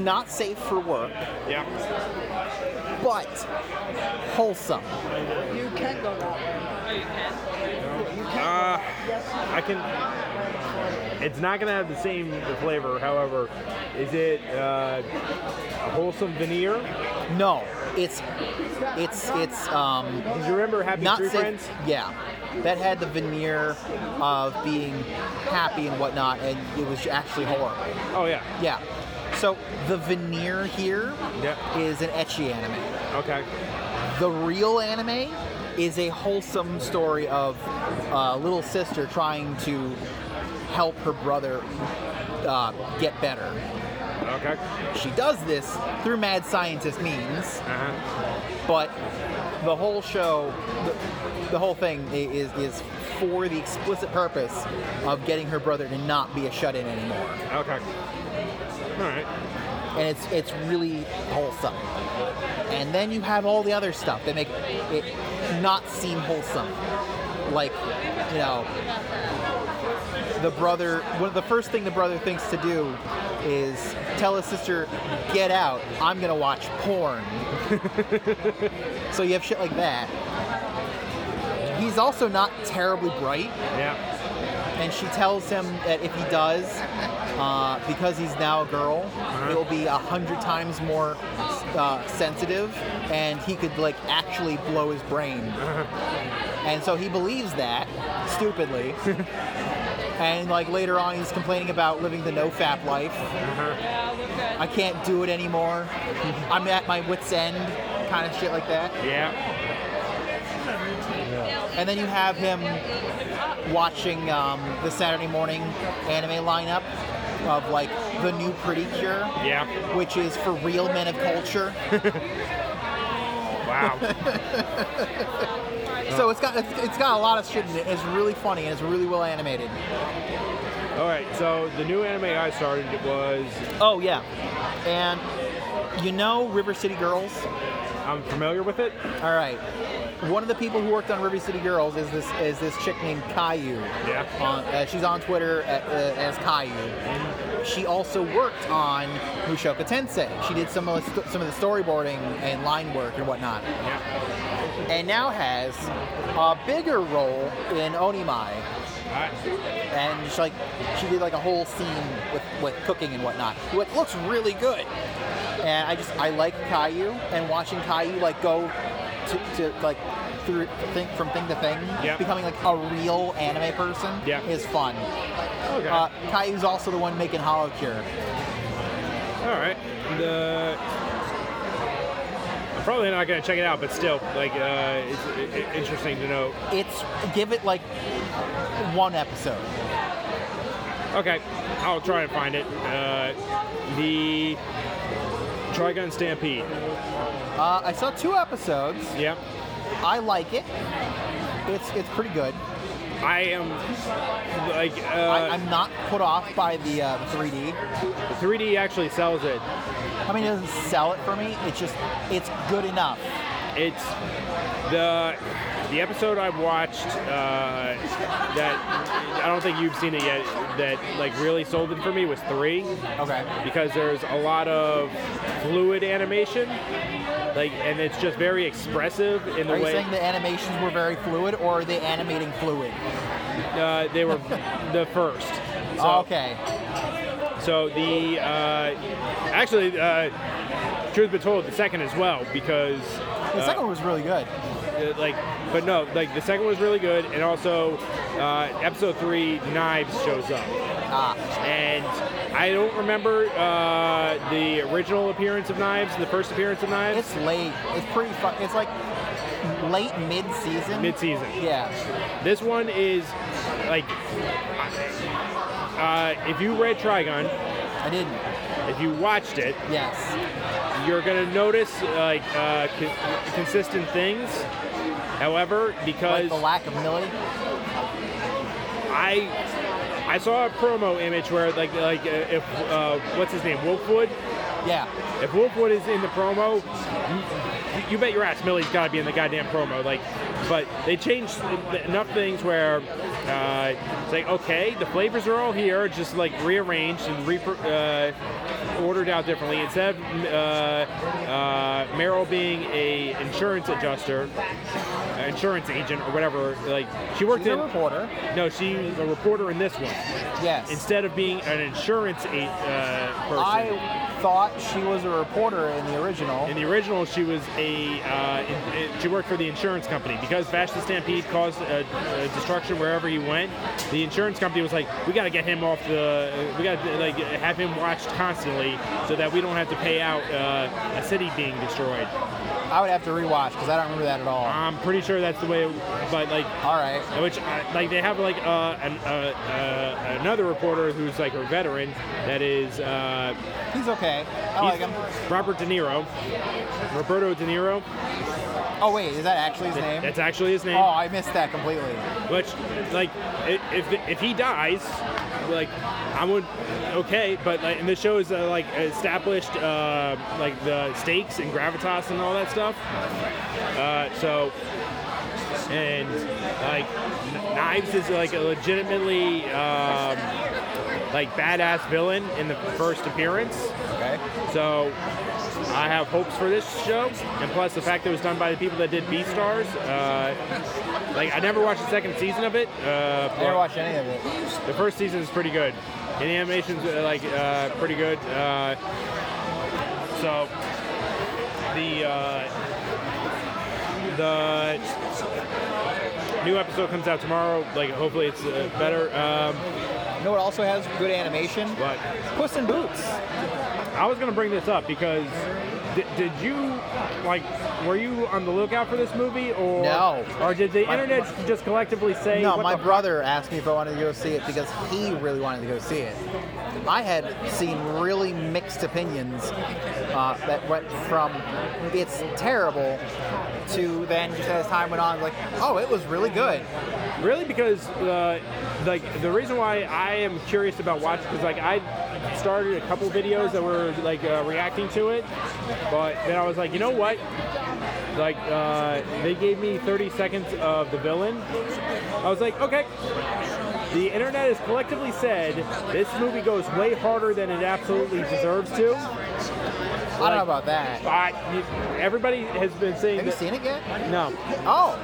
Speaker 2: not safe for work,
Speaker 1: Yeah.
Speaker 2: but wholesome.
Speaker 3: You can go that way. You can.
Speaker 1: Uh, I can. It's not gonna have the same flavor. However, is it uh, a wholesome veneer?
Speaker 2: No, it's it's it's um
Speaker 1: Do you remember Happy
Speaker 2: not
Speaker 1: Tree
Speaker 2: safe.
Speaker 1: Friends?
Speaker 2: Yeah, that had the veneer of being happy and whatnot, and it was actually horrible.
Speaker 1: Oh yeah.
Speaker 2: Yeah. So the veneer here is
Speaker 1: Yeah.
Speaker 2: an etchy anime.
Speaker 1: Okay.
Speaker 2: The real anime is a wholesome story of a little sister trying to help her brother uh, get better.
Speaker 1: Okay.
Speaker 2: She does this through mad scientist means,
Speaker 1: Uh huh.
Speaker 2: but the whole show, the, the whole thing i- is, is for the explicit purpose of getting her brother to not be a shut in anymore.
Speaker 1: Okay. All right.
Speaker 2: And it's, it's really wholesome. And then you have all the other stuff that make it not seem wholesome. Like, you know, the brother, one of the first thing the brother thinks to do is tell his sister, get out, I'm gonna watch porn. so you have shit like that. He's also not terribly bright,
Speaker 1: Yeah.
Speaker 2: and she tells him that if he does, uh, because he's now a girl, it will be a hundred times more uh, sensitive, and he could like actually blow his brain. And so he believes that stupidly. and like later on, he's complaining about living the no fap life.
Speaker 3: Yeah, we're good.
Speaker 2: I can't do it anymore. I'm at my wit's end, kind of shit like that.
Speaker 1: Yeah.
Speaker 2: And then you have him watching um, the Saturday morning anime lineup of like the new Pretty Cure,
Speaker 1: Yeah.
Speaker 2: which is for real men of culture.
Speaker 1: Wow.
Speaker 2: So it's got it's, it's got a lot of shit in it. It's really funny and it's really well animated.
Speaker 1: All right. So the new anime I started was
Speaker 2: Oh yeah, and you know River City Girls.
Speaker 1: I'm familiar with it.
Speaker 2: All right, one of the people who worked on River City Girls is this is this chick named Caillou.
Speaker 1: Yeah.
Speaker 2: On, uh, she's on Twitter at, uh, as Caillou. She also worked on Mushoku Tensei. She did some of the, some of the storyboarding and line work and whatnot,
Speaker 1: Yeah.
Speaker 2: and now has a bigger role in Onimai.
Speaker 1: All right.
Speaker 2: and she like she did like a whole scene with, with cooking and whatnot. It looks really good, and I just I like Caillou and watching Caillou like go to, to like through thing from thing to thing,
Speaker 1: Yeah.
Speaker 2: becoming like a real anime person
Speaker 1: Yeah.
Speaker 2: is fun.
Speaker 1: Okay.
Speaker 2: Uh, Caillou's also the one making Hollow Cure.
Speaker 1: All right. The I'm probably not gonna check it out, but still, like, uh, it's i i- interesting to know.
Speaker 2: It's give it like one episode.
Speaker 1: Okay, I'll try and find it. Uh, the Trigun Stampede.
Speaker 2: Uh, I saw two episodes.
Speaker 1: Yeah.
Speaker 2: I like it. It's it's pretty good.
Speaker 1: I am like uh,
Speaker 2: I, I'm not put off by the uh, the 3D.
Speaker 1: the 3D actually sells it.
Speaker 2: I mean, it doesn't sell it for me. It's just, it's good enough.
Speaker 1: It's the the episode I watched uh, that I don't think you've seen it yet. That like really sold it for me was three.
Speaker 2: Okay.
Speaker 1: because there's a lot of fluid animation, like, and it's just very expressive in the
Speaker 2: Are you
Speaker 1: way
Speaker 2: saying the animations were very fluid, or are they animating fluid?
Speaker 1: uh, they were the first. So,
Speaker 2: Oh, okay.
Speaker 1: So the uh, actually, uh, truth be told, the second as well because
Speaker 2: The
Speaker 1: uh,
Speaker 2: second one was really good.
Speaker 1: uh, like, but no, like the second was really good, and also uh, episode three, knives shows up.
Speaker 2: Ah,
Speaker 1: and I don't remember uh, the original appearance of Knives, the first appearance of Knives,
Speaker 2: it's late. It's pretty fun. It's like late mid-season.
Speaker 1: mid-season.
Speaker 2: Yeah.
Speaker 1: This one is like, uh, if you read Trigon,
Speaker 2: I didn't.
Speaker 1: if you watched it,
Speaker 2: Yes.
Speaker 1: you're gonna notice like uh, con- consistent things. However,
Speaker 2: Like
Speaker 1: because
Speaker 2: the lack of Millie.
Speaker 1: I I saw a promo image where like like uh, if uh, what's his name Wolfwood,
Speaker 2: Yeah.
Speaker 1: if Wolfwood is in the promo, you, you bet your ass Millie's got to be in the goddamn promo. Like, but they changed enough things where uh, it's like, okay, the flavors are all here, just like rearranged and re- uh, ordered out differently. Instead of uh, uh, Meryl being a insurance adjuster, uh, insurance agent or whatever, like she worked
Speaker 2: She's
Speaker 1: in.
Speaker 2: a reporter.
Speaker 1: no, she's a reporter in this one.
Speaker 2: Yes.
Speaker 1: Instead of being an insurance a- uh, person.
Speaker 2: I thought she was a reporter in the original.
Speaker 1: In the original, she was a uh, in, in- she worked for the insurance company because Vash the Stampede caused uh uh destruction wherever he went. The insurance company was like, we got to get him off the, uh, we got to like have him watched constantly so that we don't have to pay out uh, a city being destroyed.
Speaker 2: I would have to rewatch because I don't remember that at all.
Speaker 1: I'm pretty sure that's the way, it- but like.
Speaker 2: all right.
Speaker 1: Which uh, like they have like uh, an, uh, uh, another reporter who's like a veteran that is uh,
Speaker 2: He's okay. Oh, I like
Speaker 1: he's
Speaker 2: him.
Speaker 1: Robert De Niro, Roberto De Niro.
Speaker 2: Oh wait, is that actually his name?
Speaker 1: That's actually his name.
Speaker 2: Oh, I missed that completely.
Speaker 1: Which, like, i- if if he dies, like, I would okay, but like, and the show is uh, like established, uh, like the stakes and gravitas and all that stuff. Uh, so, and like, Kn- Knives is like a legitimately um, like badass villain in the first appearance.
Speaker 2: Okay.
Speaker 1: So I have hopes for this show, and plus the fact that it was done by the people that did Beastars. Uh, like I never watched the second season of it. Uh,
Speaker 2: I never
Speaker 1: but
Speaker 2: watched any of it.
Speaker 1: the first season is pretty good. and the animation's uh, like uh, pretty good. Uh, so the uh, the new episode comes out tomorrow. Like hopefully it's uh, better. Um,
Speaker 2: You know what also has good animation?
Speaker 1: but
Speaker 2: Puss in Boots.
Speaker 1: I was gonna bring this up because did, did you like were you on the lookout for this movie or
Speaker 2: No.
Speaker 1: or did the
Speaker 2: My-
Speaker 1: internet just collectively say
Speaker 2: No,
Speaker 1: what
Speaker 2: my
Speaker 1: the
Speaker 2: brother asked me if I wanted to go see it because he really wanted to go see it. I had seen really mixed opinions uh, that went from it's terrible to then just as time went on, like, oh, it was really good.
Speaker 1: Really, because uh, like the reason why I am curious about watching because like I started a couple videos that were like uh, reacting to it, but then I was like, you know what? Like uh, they gave me 30 seconds of the villain. I was like, okay. The internet has collectively said this movie goes way harder than it absolutely deserves to.
Speaker 2: I don't know about that.
Speaker 1: But everybody has been saying
Speaker 2: Have you
Speaker 1: that.
Speaker 2: seen it yet?
Speaker 1: No,
Speaker 2: Oh,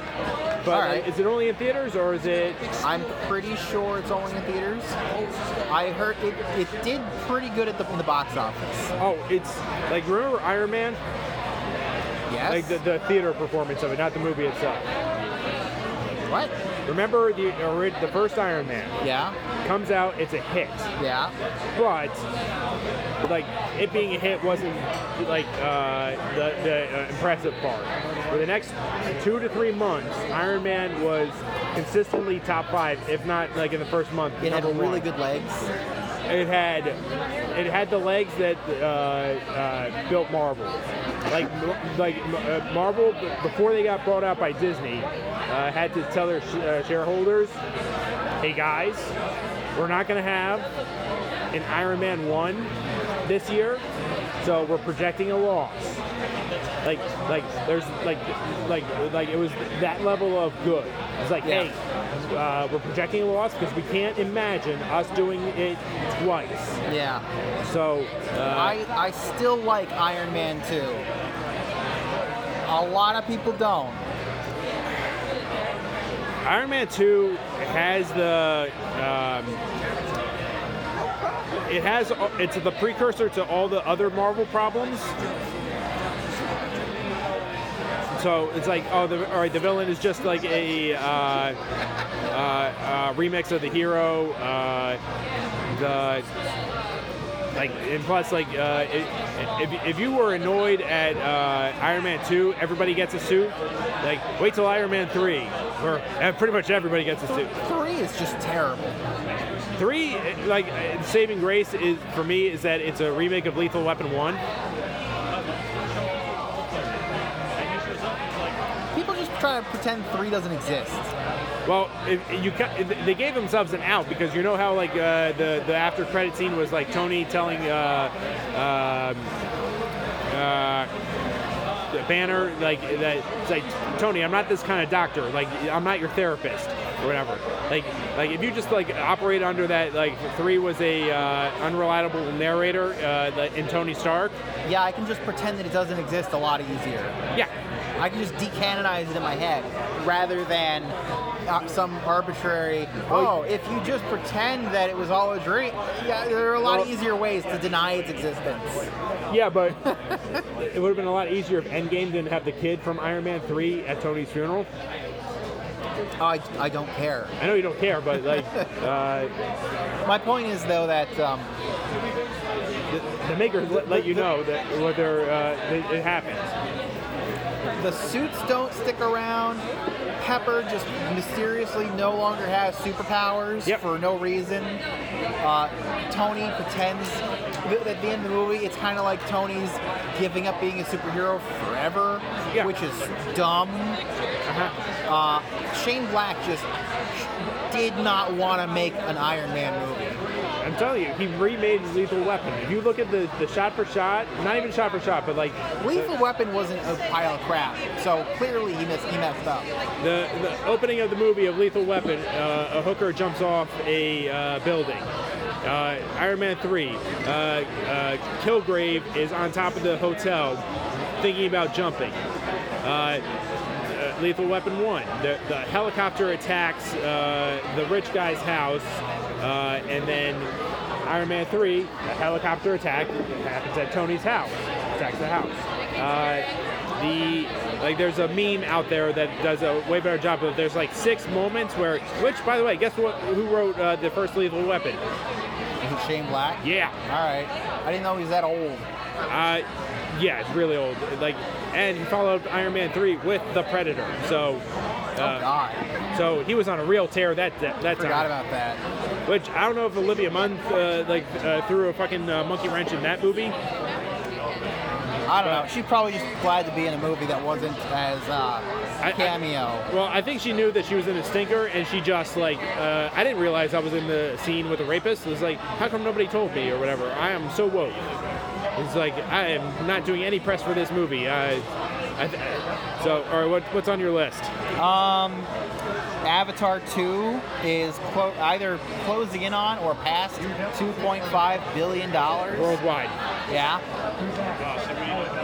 Speaker 1: but
Speaker 2: All right.
Speaker 1: is it only in theaters or is it?
Speaker 2: I'm pretty sure it's only in theaters. I heard it, it did pretty good at the, in the box office.
Speaker 1: Oh, it's like remember Iron Man?
Speaker 2: Yes.
Speaker 1: like the, the theater performance of it, not the movie itself.
Speaker 2: what?
Speaker 1: Remember the ori- the first Iron Man
Speaker 2: Yeah.
Speaker 1: comes out, it's a hit,
Speaker 2: Yeah.
Speaker 1: but like it being a hit wasn't like uh, the the uh, impressive part. For the next two to three months, Iron Man was consistently top five, if not like in the first month.
Speaker 2: It had
Speaker 1: number
Speaker 2: really
Speaker 1: one.
Speaker 2: good legs.
Speaker 1: It had it had the legs that uh, uh, built Marvel. Like like uh, Marvel b- before they got bought out by Disney, uh, had to tell their sh- uh, shareholders, "Hey guys, we're not going to have an Iron Man one this year, so we're projecting a loss." Like like there's like like like it was that level of good. It's like
Speaker 2: Yeah.
Speaker 1: hey uh, we're projecting a loss because we can't imagine us doing it twice.
Speaker 2: Yeah.
Speaker 1: So, uh,
Speaker 2: I, I still like Iron Man 2. A lot of people don't.
Speaker 1: Iron Man 2 has the. Um, it has. It's the precursor to all the other Marvel problems. So it's like, oh, the, all right, the villain is just like a uh, uh, uh, remix of the hero. Uh, the like, and plus, like, uh, i if, if you were annoyed at uh, Iron Man 2, everybody gets a suit. Like, wait till Iron Man 3, where uh, pretty much everybody gets a suit.
Speaker 2: 3 is just terrible.
Speaker 1: Three, like, uh, saving grace is for me is that it's a remake of Lethal Weapon 1.
Speaker 2: People just try to pretend 3 doesn't exist.
Speaker 1: Well, if you ca- they gave themselves an out because you know how like uh, the the after credit scene was like Tony telling uh, um, uh, the Banner like that it's like Tony, I'm not this kind of doctor. Like I'm not your therapist or whatever. Like like if you just like operate under that like three was a uh, unreliable narrator uh, that- in Tony Stark.
Speaker 2: Yeah, I can just pretend that it doesn't exist a lot easier.
Speaker 1: Yeah,
Speaker 2: I can just decanonize it in my head rather than uh, some arbitrary, oh, if you just pretend that it was all a dream, yeah, there are a lot
Speaker 1: Well-
Speaker 2: easier ways to deny its existence.
Speaker 1: Yeah, but it would have been a lot easier if Endgame didn't have the kid from Iron Man 3 at Tony's funeral.
Speaker 2: I, I don't care.
Speaker 1: I know you don't care, but like uh,
Speaker 2: My point is, though, that um,
Speaker 1: the makers let, let you know that whether uh, it, it happens.
Speaker 2: The suits don't stick around. Pepper just mysteriously no longer has superpowers
Speaker 1: Yep.
Speaker 2: for no reason. Uh, Tony pretends th- at the end of the movie, it's kind of like Tony's giving up being a superhero forever,
Speaker 1: Yeah.
Speaker 2: which is dumb.
Speaker 1: Uh-huh.
Speaker 2: Uh, Shane Black just did not want to make an Iron Man movie.
Speaker 1: I'm telling you, he remade Lethal Weapon. If you look at the, the shot for shot, not even shot for shot, but like
Speaker 2: Lethal Weapon wasn't a pile of crap, so clearly he missed, he messed up.
Speaker 1: the, the opening of the movie of Lethal Weapon, uh, a hooker jumps off a uh, building. Uh, Iron Man 3, uh, uh, Kilgrave is on top of the hotel thinking about jumping. Uh, uh, Lethal Weapon 1, the, the helicopter attacks uh, the rich guy's house, uh, and then Iron Man 3, a helicopter attack happens at Tony's house, attacks the house. Uh, the like, there's a meme out there that does a way better job of. There's like six moments where, which, by the way, guess what? Who wrote uh, the first Lethal Weapon?
Speaker 2: Is it Shane Black?
Speaker 1: Yeah,
Speaker 2: All right. I didn't know he was that old.
Speaker 1: uh, yeah, it's really old. Like, and he followed Iron Man 3 with the Predator. So,
Speaker 2: oh
Speaker 1: uh,
Speaker 2: God,
Speaker 1: so he was on a real tear that that, that time.
Speaker 2: forgot about that.
Speaker 1: Which I don't know if Olivia Munn uh, like uh, threw a fucking uh, monkey wrench in that movie.
Speaker 2: I don't know. She's probably just glad to be in a movie that wasn't as uh,
Speaker 1: I-
Speaker 2: cameo.
Speaker 1: Well, I think she knew that she was in a stinker, and she just like uh, I didn't realize I was in the scene with the rapist. It was like, how come nobody told me or whatever? I am so woke. It's like I am not doing any press for this movie. I, I, so, all right, what, what's on your list?
Speaker 2: Avatar 2 is clo- either closing in on or past 2.5 billion dollars.
Speaker 1: Worldwide.
Speaker 2: Yeah.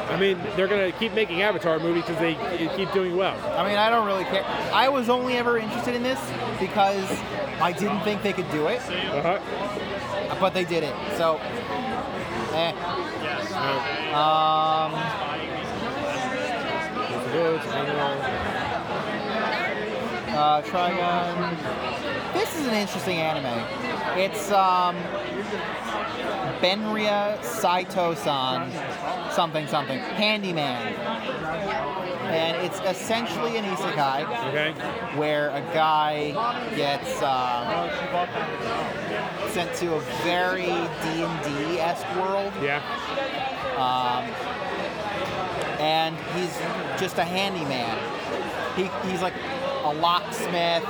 Speaker 1: I mean, they're gonna keep making Avatar movies because they keep doing well.
Speaker 2: I mean, I don't really care. I was only ever interested in this because I didn't think they could do it,
Speaker 1: Uh-huh.
Speaker 2: Uh, but they did it. So, eh. Um, Uh, Trigon. This is an interesting anime. It's um, Benria Saito-san, something something, handyman, and it's essentially an isekai
Speaker 1: Okay.
Speaker 2: where a guy gets um, sent to a very D&D esque world,
Speaker 1: Yeah.
Speaker 2: and he's just a handyman. He, he's like a locksmith.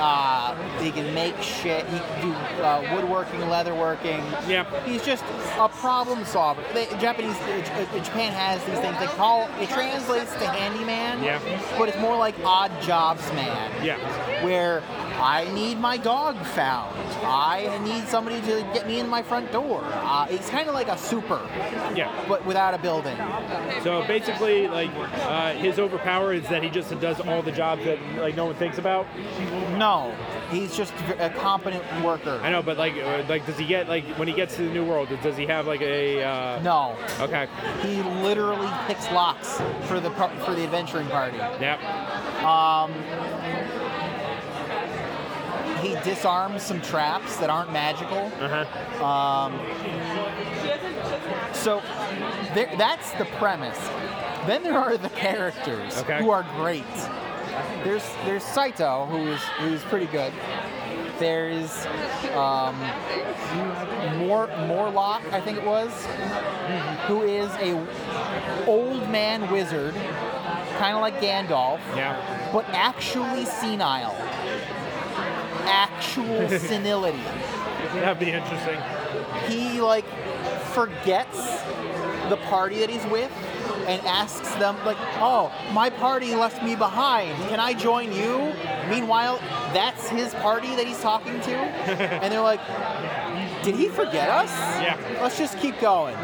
Speaker 2: Uh, he can make shit. He can do uh, woodworking, leatherworking.
Speaker 1: Yep.
Speaker 2: He's just a problem solver. They, Japanese, uh, J- uh, Japan has these things. They call it translates to handyman.
Speaker 1: Yeah.
Speaker 2: But it's more like odd jobs man
Speaker 1: Yeah.
Speaker 2: where I need my dog found. I need somebody to get me in my front door. Uh, it's kind of like a super,
Speaker 1: Yeah.
Speaker 2: but without a building.
Speaker 1: So basically, like uh, his overpower is that he just does all the jobs that like no one thinks about.
Speaker 2: No, he's just a competent
Speaker 1: I
Speaker 2: worker.
Speaker 1: know, but like, uh, like does he get like when he gets to the new world? Does he have like a? Uh,
Speaker 2: No,
Speaker 1: Okay.
Speaker 2: he literally picks locks for the par- for the adventuring party.
Speaker 1: Yeah.
Speaker 2: He disarms some traps that aren't magical.
Speaker 1: Uh
Speaker 2: Um,
Speaker 1: huh.
Speaker 2: So there, that's the premise. Then there are the characters
Speaker 1: Okay.
Speaker 2: who are great. There's there's Saito who is who's pretty good. There's um, Mor- Morlock, I think it was, who is a old man wizard, kind of like Gandalf,
Speaker 1: Yeah.
Speaker 2: but actually senile, actual senility
Speaker 1: That'd be interesting.
Speaker 2: he like forgets the party that he's with and asks them like oh my party left me behind can i join you meanwhile that's his party that he's talking to and they're like did he forget us
Speaker 1: Yeah.
Speaker 2: let's just keep going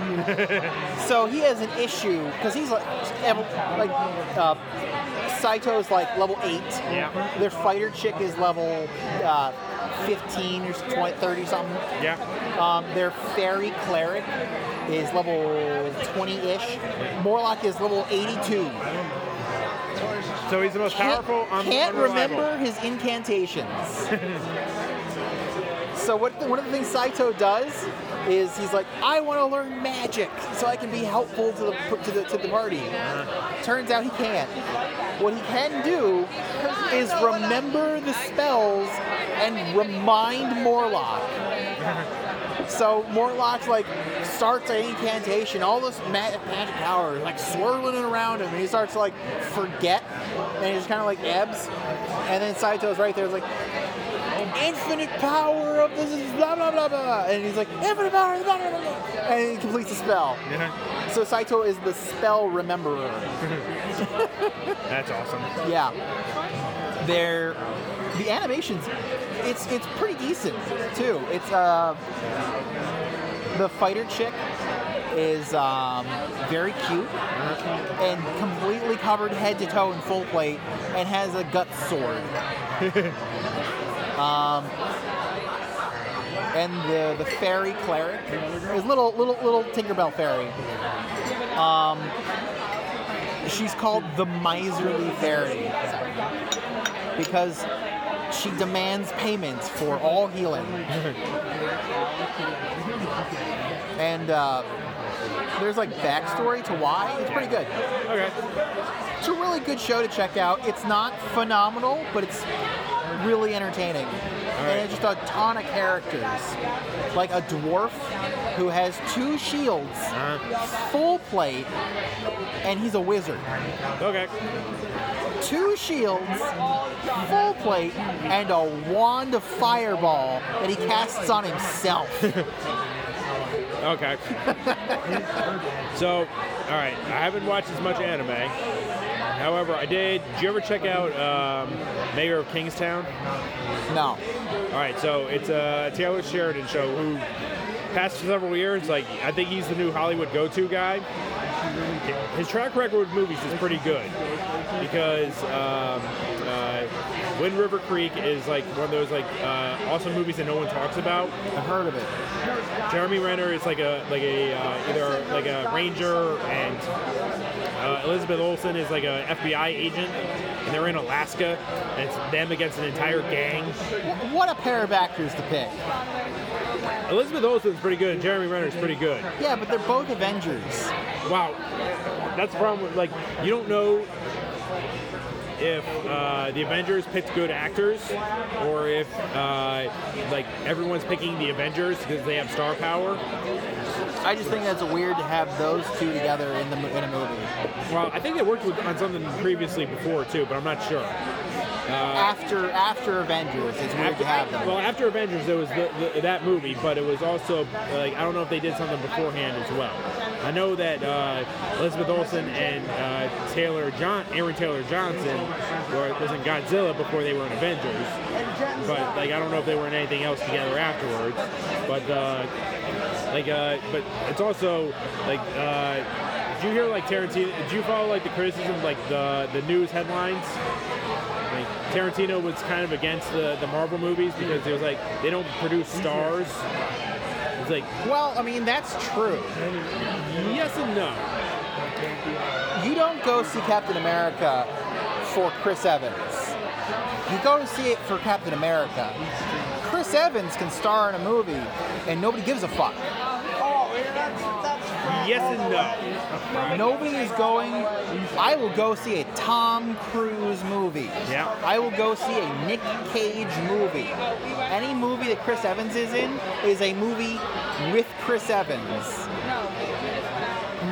Speaker 2: so he has an issue because he's like ev- like uh, saito's like level 8
Speaker 1: Yeah.
Speaker 2: their fighter chick is level uh, 15 or 20, 30 something
Speaker 1: Yeah.
Speaker 2: um, their fairy cleric is level 20-ish. Morlock is level 82.
Speaker 1: So he's the most
Speaker 2: Can't,
Speaker 1: powerful. un-
Speaker 2: can't
Speaker 1: unreliable.
Speaker 2: remember his incantations. so what the, one of the things Saito does is he's like, I want to learn magic so I can be helpful to the to the, to the party. Turns out he can't. What he can do is remember the spells and remind Morlock. So Morlock's like starts an incantation, all this ma- magic power like swirling it around him, and he starts to like forget, and he just kind of like ebbs, and then Saito's right there, is like infinite power of this is blah blah blah blah, and he's like infinite power, blah, blah, blah, blah," and he completes the spell.
Speaker 1: Yeah.
Speaker 2: So Saito is the spell rememberer.
Speaker 1: That's awesome.
Speaker 2: Yeah. They're the animations it's it's pretty decent too. It's uh the fighter chick is um, very cute and completely covered head to toe in full plate and has a gut sword. um, and the, the fairy cleric. His little little little Tinkerbell fairy. Um, she's called the miserly fairy because she demands payments for all healing. and uh, there's like backstory to why. It's pretty good.
Speaker 1: Okay.
Speaker 2: It's a really good show to check out. It's not phenomenal, but it's really entertaining. And it's just a ton of characters. Like a dwarf who has two shields, Uh-huh. full plate, and he's a wizard.
Speaker 1: Okay.
Speaker 2: Two shields, full plate, and a wand of fireball that he casts on himself.
Speaker 1: Okay. so, all right. I haven't watched as much anime. However, I did. Did you ever check out um, Mayor of Kingstown?
Speaker 2: no.
Speaker 1: All right. So it's a Taylor Sheridan show who, past several years, like I think he's the new Hollywood go-to guy. His track record with movies is pretty good because um, uh, Wind River Creek is like one of those like uh, awesome movies that no one talks about.
Speaker 2: I heard of it.
Speaker 1: Jeremy Renner is like a like a uh, either like a ranger, and uh, Elizabeth Olsen is like a FBI agent, and they're in Alaska, and it's them against an entire gang.
Speaker 2: Wh- What a pair of actors to pick.
Speaker 1: Elizabeth Olsen's pretty good, and Jeremy Renner's pretty good.
Speaker 2: Yeah, but they're both Avengers.
Speaker 1: Wow, that's the problem. With, like you don't know if uh, the Avengers picked good actors, or if uh, like everyone's picking the Avengers because they have star power.
Speaker 2: I just think that's weird to have those two together in the mo- in a movie
Speaker 1: Well, I think they worked with, on something previously before too, but I'm not sure.
Speaker 2: after after Avengers. It's weird to have them.
Speaker 1: Well, after Avengers, there was the, the, that movie, but it was also like I don't know if they did something beforehand as well. I know that uh, Elizabeth Olsen and uh, Taylor John, Aaron Taylor Johnson, were, was in Godzilla before they were in Avengers, but like I don't know if they were in anything else together afterwards. But uh, like, uh, but it's also like. Uh, did you hear like Tarantino? Did you follow like the criticism, like the the news headlines? Like Tarantino was kind of against the, the Marvel movies because it was like they don't produce stars. It's like
Speaker 2: Well, I mean that's true.
Speaker 1: yes and no.
Speaker 2: You don't go see Captain America for Chris Evans. You go to see it for Captain America. Chris Evans can star in a movie and nobody gives a fuck.
Speaker 1: Yes and no.
Speaker 2: Nobody is going. I will go see a Tom Cruise movie.
Speaker 1: Yeah.
Speaker 2: I will go see a Nick Cage movie. Any movie that Chris Evans is in is a movie with Chris Evans.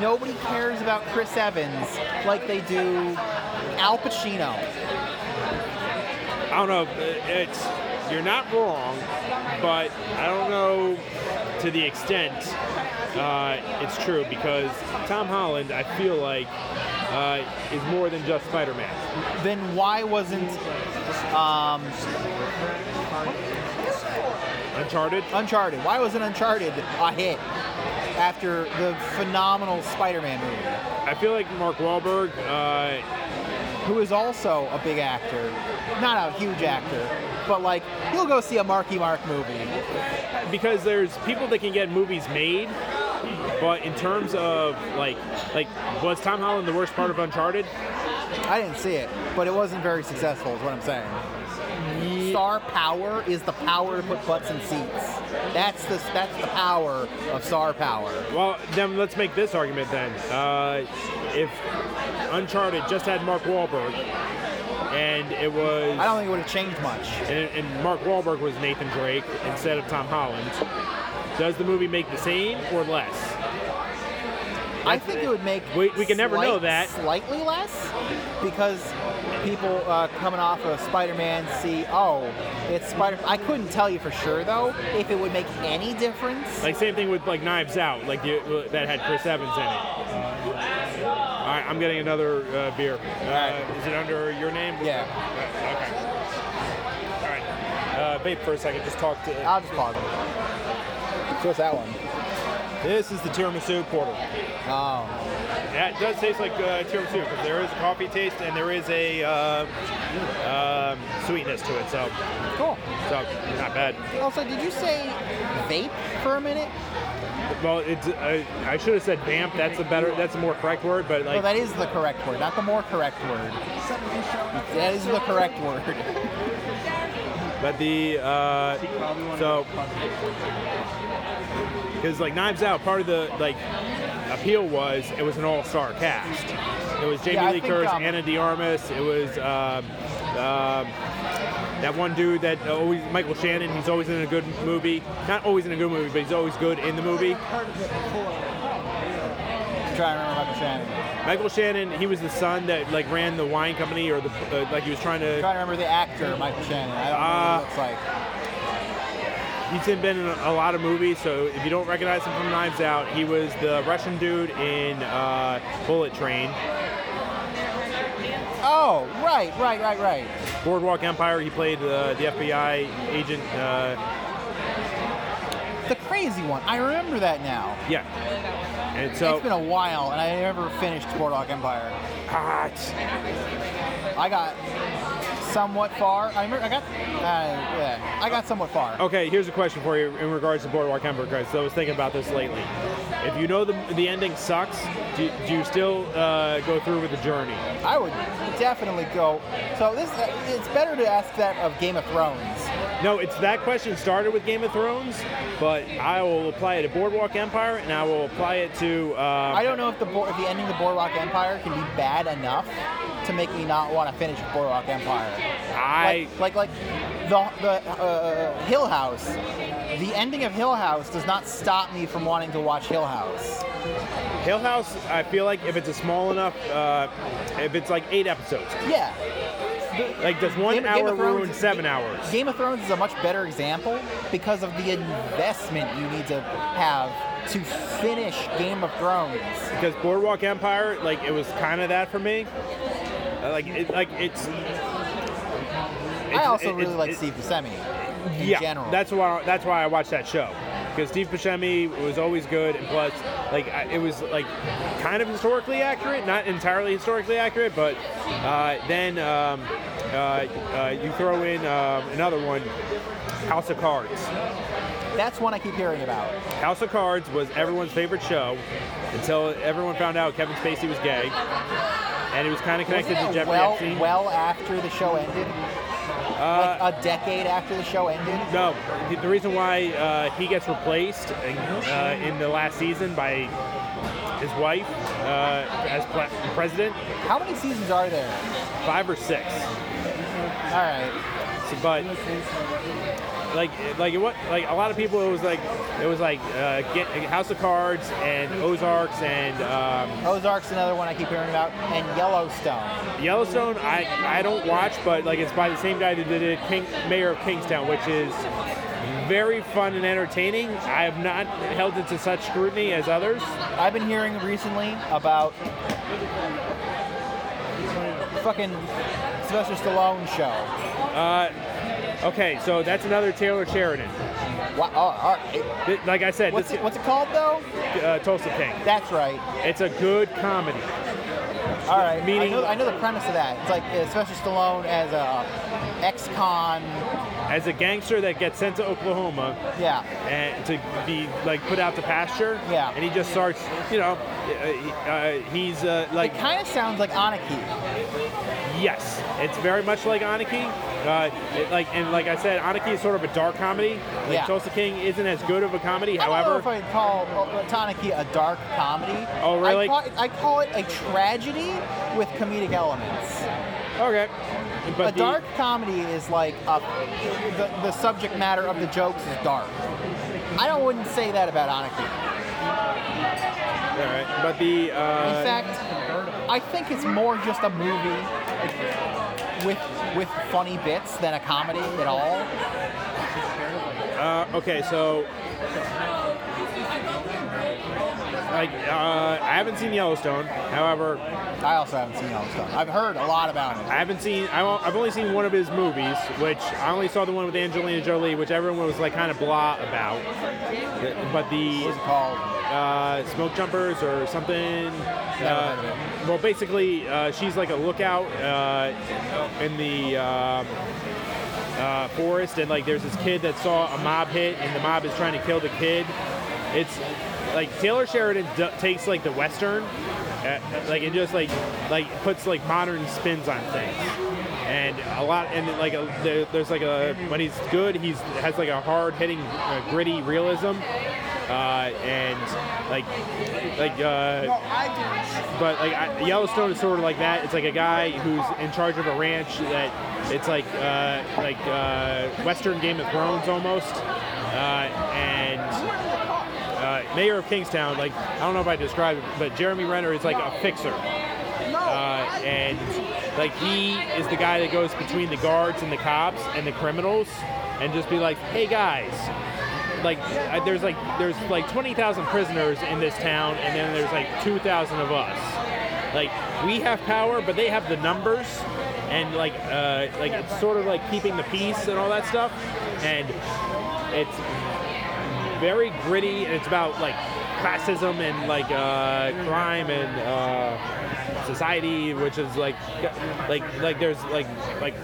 Speaker 2: Nobody cares about Chris Evans like they do Al Pacino.
Speaker 1: I don't know. uh, It's you're not wrong, but I don't know to the extent uh, it's true because Tom Holland, I feel like, uh, is more than just Spider-Man.
Speaker 2: Then why wasn't um,
Speaker 1: Uncharted.
Speaker 2: Uncharted? Why wasn't Uncharted a hit after the phenomenal Spider-Man movie?
Speaker 1: I feel like Mark Wahlberg. Uh,
Speaker 2: who is also a big actor, not a huge actor, but like you'll go see a Marky Mark movie.
Speaker 1: because there's people that can get movies made, but in terms of like like was Tom Holland the worst part of Uncharted?
Speaker 2: I didn't see it, but it wasn't very successful, is what I'm saying. Star power is the power to put butts in seats. That's the that's the power of star power.
Speaker 1: Well, then let's make this argument then. Uh, if Uncharted just had Mark Wahlberg, and it was
Speaker 2: I don't think it would have changed much.
Speaker 1: and, and Mark Wahlberg was Nathan Drake instead of Tom Holland, does the movie make the same or less?
Speaker 2: I think it would make
Speaker 1: We- we can never know that.
Speaker 2: slightly less because people uh, coming off of Spider-Man see oh it's Spider. I couldn't tell you for sure though if it would make any difference.
Speaker 1: Like same thing with like Knives Out, like the, uh, that had Chris Evans in it. All right, I'm getting another uh, beer. Uh, is it under your name?
Speaker 2: yeah.
Speaker 1: Okay. All right. Uh, vape for a second. Just talk to.
Speaker 2: I'll just pause it. So what's that one?
Speaker 1: This is the tiramisu porter.
Speaker 2: Oh,
Speaker 1: That does taste like uh, tiramisu because there is a coffee taste and there is a uh, um, sweetness to it. So,
Speaker 2: cool.
Speaker 1: so not bad.
Speaker 2: Also, did you say vape for a minute?
Speaker 1: Well, it's uh, I should have said vamp. That's a better. That's a more correct word. But
Speaker 2: No,
Speaker 1: like,
Speaker 2: that is the correct word, not the more correct word. That is the correct word.
Speaker 1: but the uh, so because like Knives Out, part of the like appeal was it was an all-star cast. It was Jamie
Speaker 2: Yeah, I
Speaker 1: Lee
Speaker 2: think,
Speaker 1: Curtis,
Speaker 2: um,
Speaker 1: Anna De Armas. It was um, um, that one dude that always Michael Shannon. He's always in a good movie. Not always in a good movie, but he's always good in the movie.
Speaker 2: I'm trying to remember Michael Shannon.
Speaker 1: Michael Shannon, he was the son that like ran the wine company or the uh, like he was trying
Speaker 2: I'm
Speaker 1: to.
Speaker 2: trying to remember the actor Michael Shannon. I don't
Speaker 1: Ah.
Speaker 2: know what he looks like.
Speaker 1: He's been in a, a lot of movies, so if you don't recognize him from Knives Out, he was the Russian dude in uh, Bullet Train,
Speaker 2: Oh, right, right, right, right.
Speaker 1: Boardwalk Empire. He played uh, the FBI agent. Uh,
Speaker 2: The crazy one. I remember that now.
Speaker 1: yeah, and so
Speaker 2: it's been a while, and I never finished Boardwalk Empire.
Speaker 1: ah, it's-
Speaker 2: I got somewhat far. I, remember, I got, uh, yeah, I got somewhat far.
Speaker 1: Okay, here's a question for you in regards to Boardwalk Empire, because I was thinking about this lately. If you know the, the ending sucks, do, do you still uh, go through with the journey?
Speaker 2: I would definitely go. So this, it's better to ask that of Game of Thrones.
Speaker 1: No, it's that question started with Game of Thrones, but I will apply it to Boardwalk Empire, and I will apply it to. Um,
Speaker 2: I don't know if the bo- if the ending of Boardwalk Empire can be bad enough to make me not want to finish Boardwalk Empire.
Speaker 1: I
Speaker 2: like like, like the the uh, Hill House. The ending of Hill House does not stop me from wanting to watch Hill House.
Speaker 1: Hill House. I feel like if it's a small enough, uh, if it's like eight episodes,
Speaker 2: Yeah.
Speaker 1: like does one
Speaker 2: Game- Game
Speaker 1: hour
Speaker 2: of Thrones-
Speaker 1: ruin seven hours?
Speaker 2: Game of Thrones is a much better example because of the investment you need to have to finish Game of Thrones.
Speaker 1: because Boardwalk Empire, like it was kind of that for me. Uh, Like, it, like it's.
Speaker 2: I
Speaker 1: it's-
Speaker 2: also
Speaker 1: it-
Speaker 2: really
Speaker 1: it-
Speaker 2: like
Speaker 1: it-
Speaker 2: Steve Buscemi in
Speaker 1: yeah,
Speaker 2: general.
Speaker 1: that's why that's why I watched that show because Steve Buscemi was always good, and plus, like I, it was like kind of historically accurate, not entirely historically accurate, but uh, then um, uh, uh, you throw in um, another one, House of Cards.
Speaker 2: that's one I keep hearing about.
Speaker 1: House of Cards was everyone's favorite show until everyone found out Kevin Spacey was gay, and it was kind of connected
Speaker 2: Wasn't
Speaker 1: to
Speaker 2: it
Speaker 1: Jeffrey
Speaker 2: well,
Speaker 1: Epstein.
Speaker 2: well after the show ended,
Speaker 1: Uh,
Speaker 2: like a decade after the show ended.
Speaker 1: No, the- the reason why uh, he gets replaced uh, in the last season by his wife uh, as pla president,
Speaker 2: How many seasons are there?
Speaker 1: five or six.
Speaker 2: All right,
Speaker 1: So, but like, like what? Like a lot of people, it was like it was like uh, get, House of Cards and Ozarks and um,
Speaker 2: Ozark's another one I keep hearing about, and Yellowstone.
Speaker 1: Yellowstone. I I don't watch, but like it's by the same guy that did King, Mayor of Kingstown, which is very fun and entertaining. I have not held it to such scrutiny as others.
Speaker 2: I've been hearing recently about fucking Sylvester Stallone show.
Speaker 1: Okay, so that's another Taylor Sheridan.
Speaker 2: What, oh, all right.
Speaker 1: Th- Like I said,
Speaker 2: What's
Speaker 1: this,
Speaker 2: it, what's it called though?
Speaker 1: uh, Tulsa King.
Speaker 2: That's right.
Speaker 1: It's a good comedy.
Speaker 2: All right. I
Speaker 1: Meaning-
Speaker 2: know, I know the premise of that. It's like uh, Sylvester Stallone as a ex-con.
Speaker 1: As a gangster that gets sent to Oklahoma
Speaker 2: Yeah.
Speaker 1: and to be like put out to pasture,
Speaker 2: Yeah.
Speaker 1: and he just starts, you know, uh, uh, he's uh, like
Speaker 2: It kind of sounds like Anarchy.
Speaker 1: yes, it's very much like Anarchy. Uh, it, like and like I said, Anarchy is sort of a dark comedy. Like
Speaker 2: Yeah.
Speaker 1: Tulsa King isn't as good of a comedy.
Speaker 2: I don't know
Speaker 1: However,
Speaker 2: if I'd call Tanaki a dark comedy.
Speaker 1: Oh, really?
Speaker 2: I call, it, I call it a tragedy with comedic elements.
Speaker 1: okay, but
Speaker 2: a
Speaker 1: the-
Speaker 2: dark comedy is like a, the, the subject matter of the jokes is dark. I don't wouldn't say that about Anarchy.
Speaker 1: all right, but the
Speaker 2: In
Speaker 1: uh,
Speaker 2: fact, I think it's more just a movie with with funny bits than a comedy at all.
Speaker 1: Uh, okay, so like uh, I haven't seen Yellowstone. However,
Speaker 2: I also haven't seen Yellowstone. I've heard a lot about it.
Speaker 1: I haven't seen. I, won't- I've only seen one of his movies, which I only saw the one with Angelina Jolie, which everyone was like kind of blah about. But
Speaker 2: What is
Speaker 1: the
Speaker 2: it called?
Speaker 1: uh, smoke jumpers or something.
Speaker 2: Never heard of
Speaker 1: Uh,
Speaker 2: it.
Speaker 1: well, basically, uh, she's like a lookout uh, in the um, uh, forest, and like there's this kid that saw a mob hit, and the mob is trying to kill the kid. It's like Taylor Sheridan d- takes like the western, uh, like it just like like puts like modern spins on things, and a lot and like a, there, there's like a when he's good, he's has like a hard hitting, uh, gritty realism, uh, and like like. Uh,
Speaker 4: No, I
Speaker 1: but like I, Yellowstone is sort of like that. It's like a guy who's in charge of a ranch that it's like uh, like uh, Western Game of Thrones almost, uh, and uh, Mayor of Kingstown. Like I don't know if I described it, but Jeremy Renner is like a fixer,
Speaker 4: do. No,
Speaker 1: uh,
Speaker 4: I
Speaker 1: and like he is the guy that goes between the guards and the cops and the criminals, and just be like, hey guys. Like I- there's like there's like twenty thousand prisoners in this town, and then there's like two thousand of us like we have power but they have the numbers and like uh, like it's sort of like keeping the peace and all that stuff and it's very gritty and it's about like classism and like uh, crime and uh, society which is like like like there's like like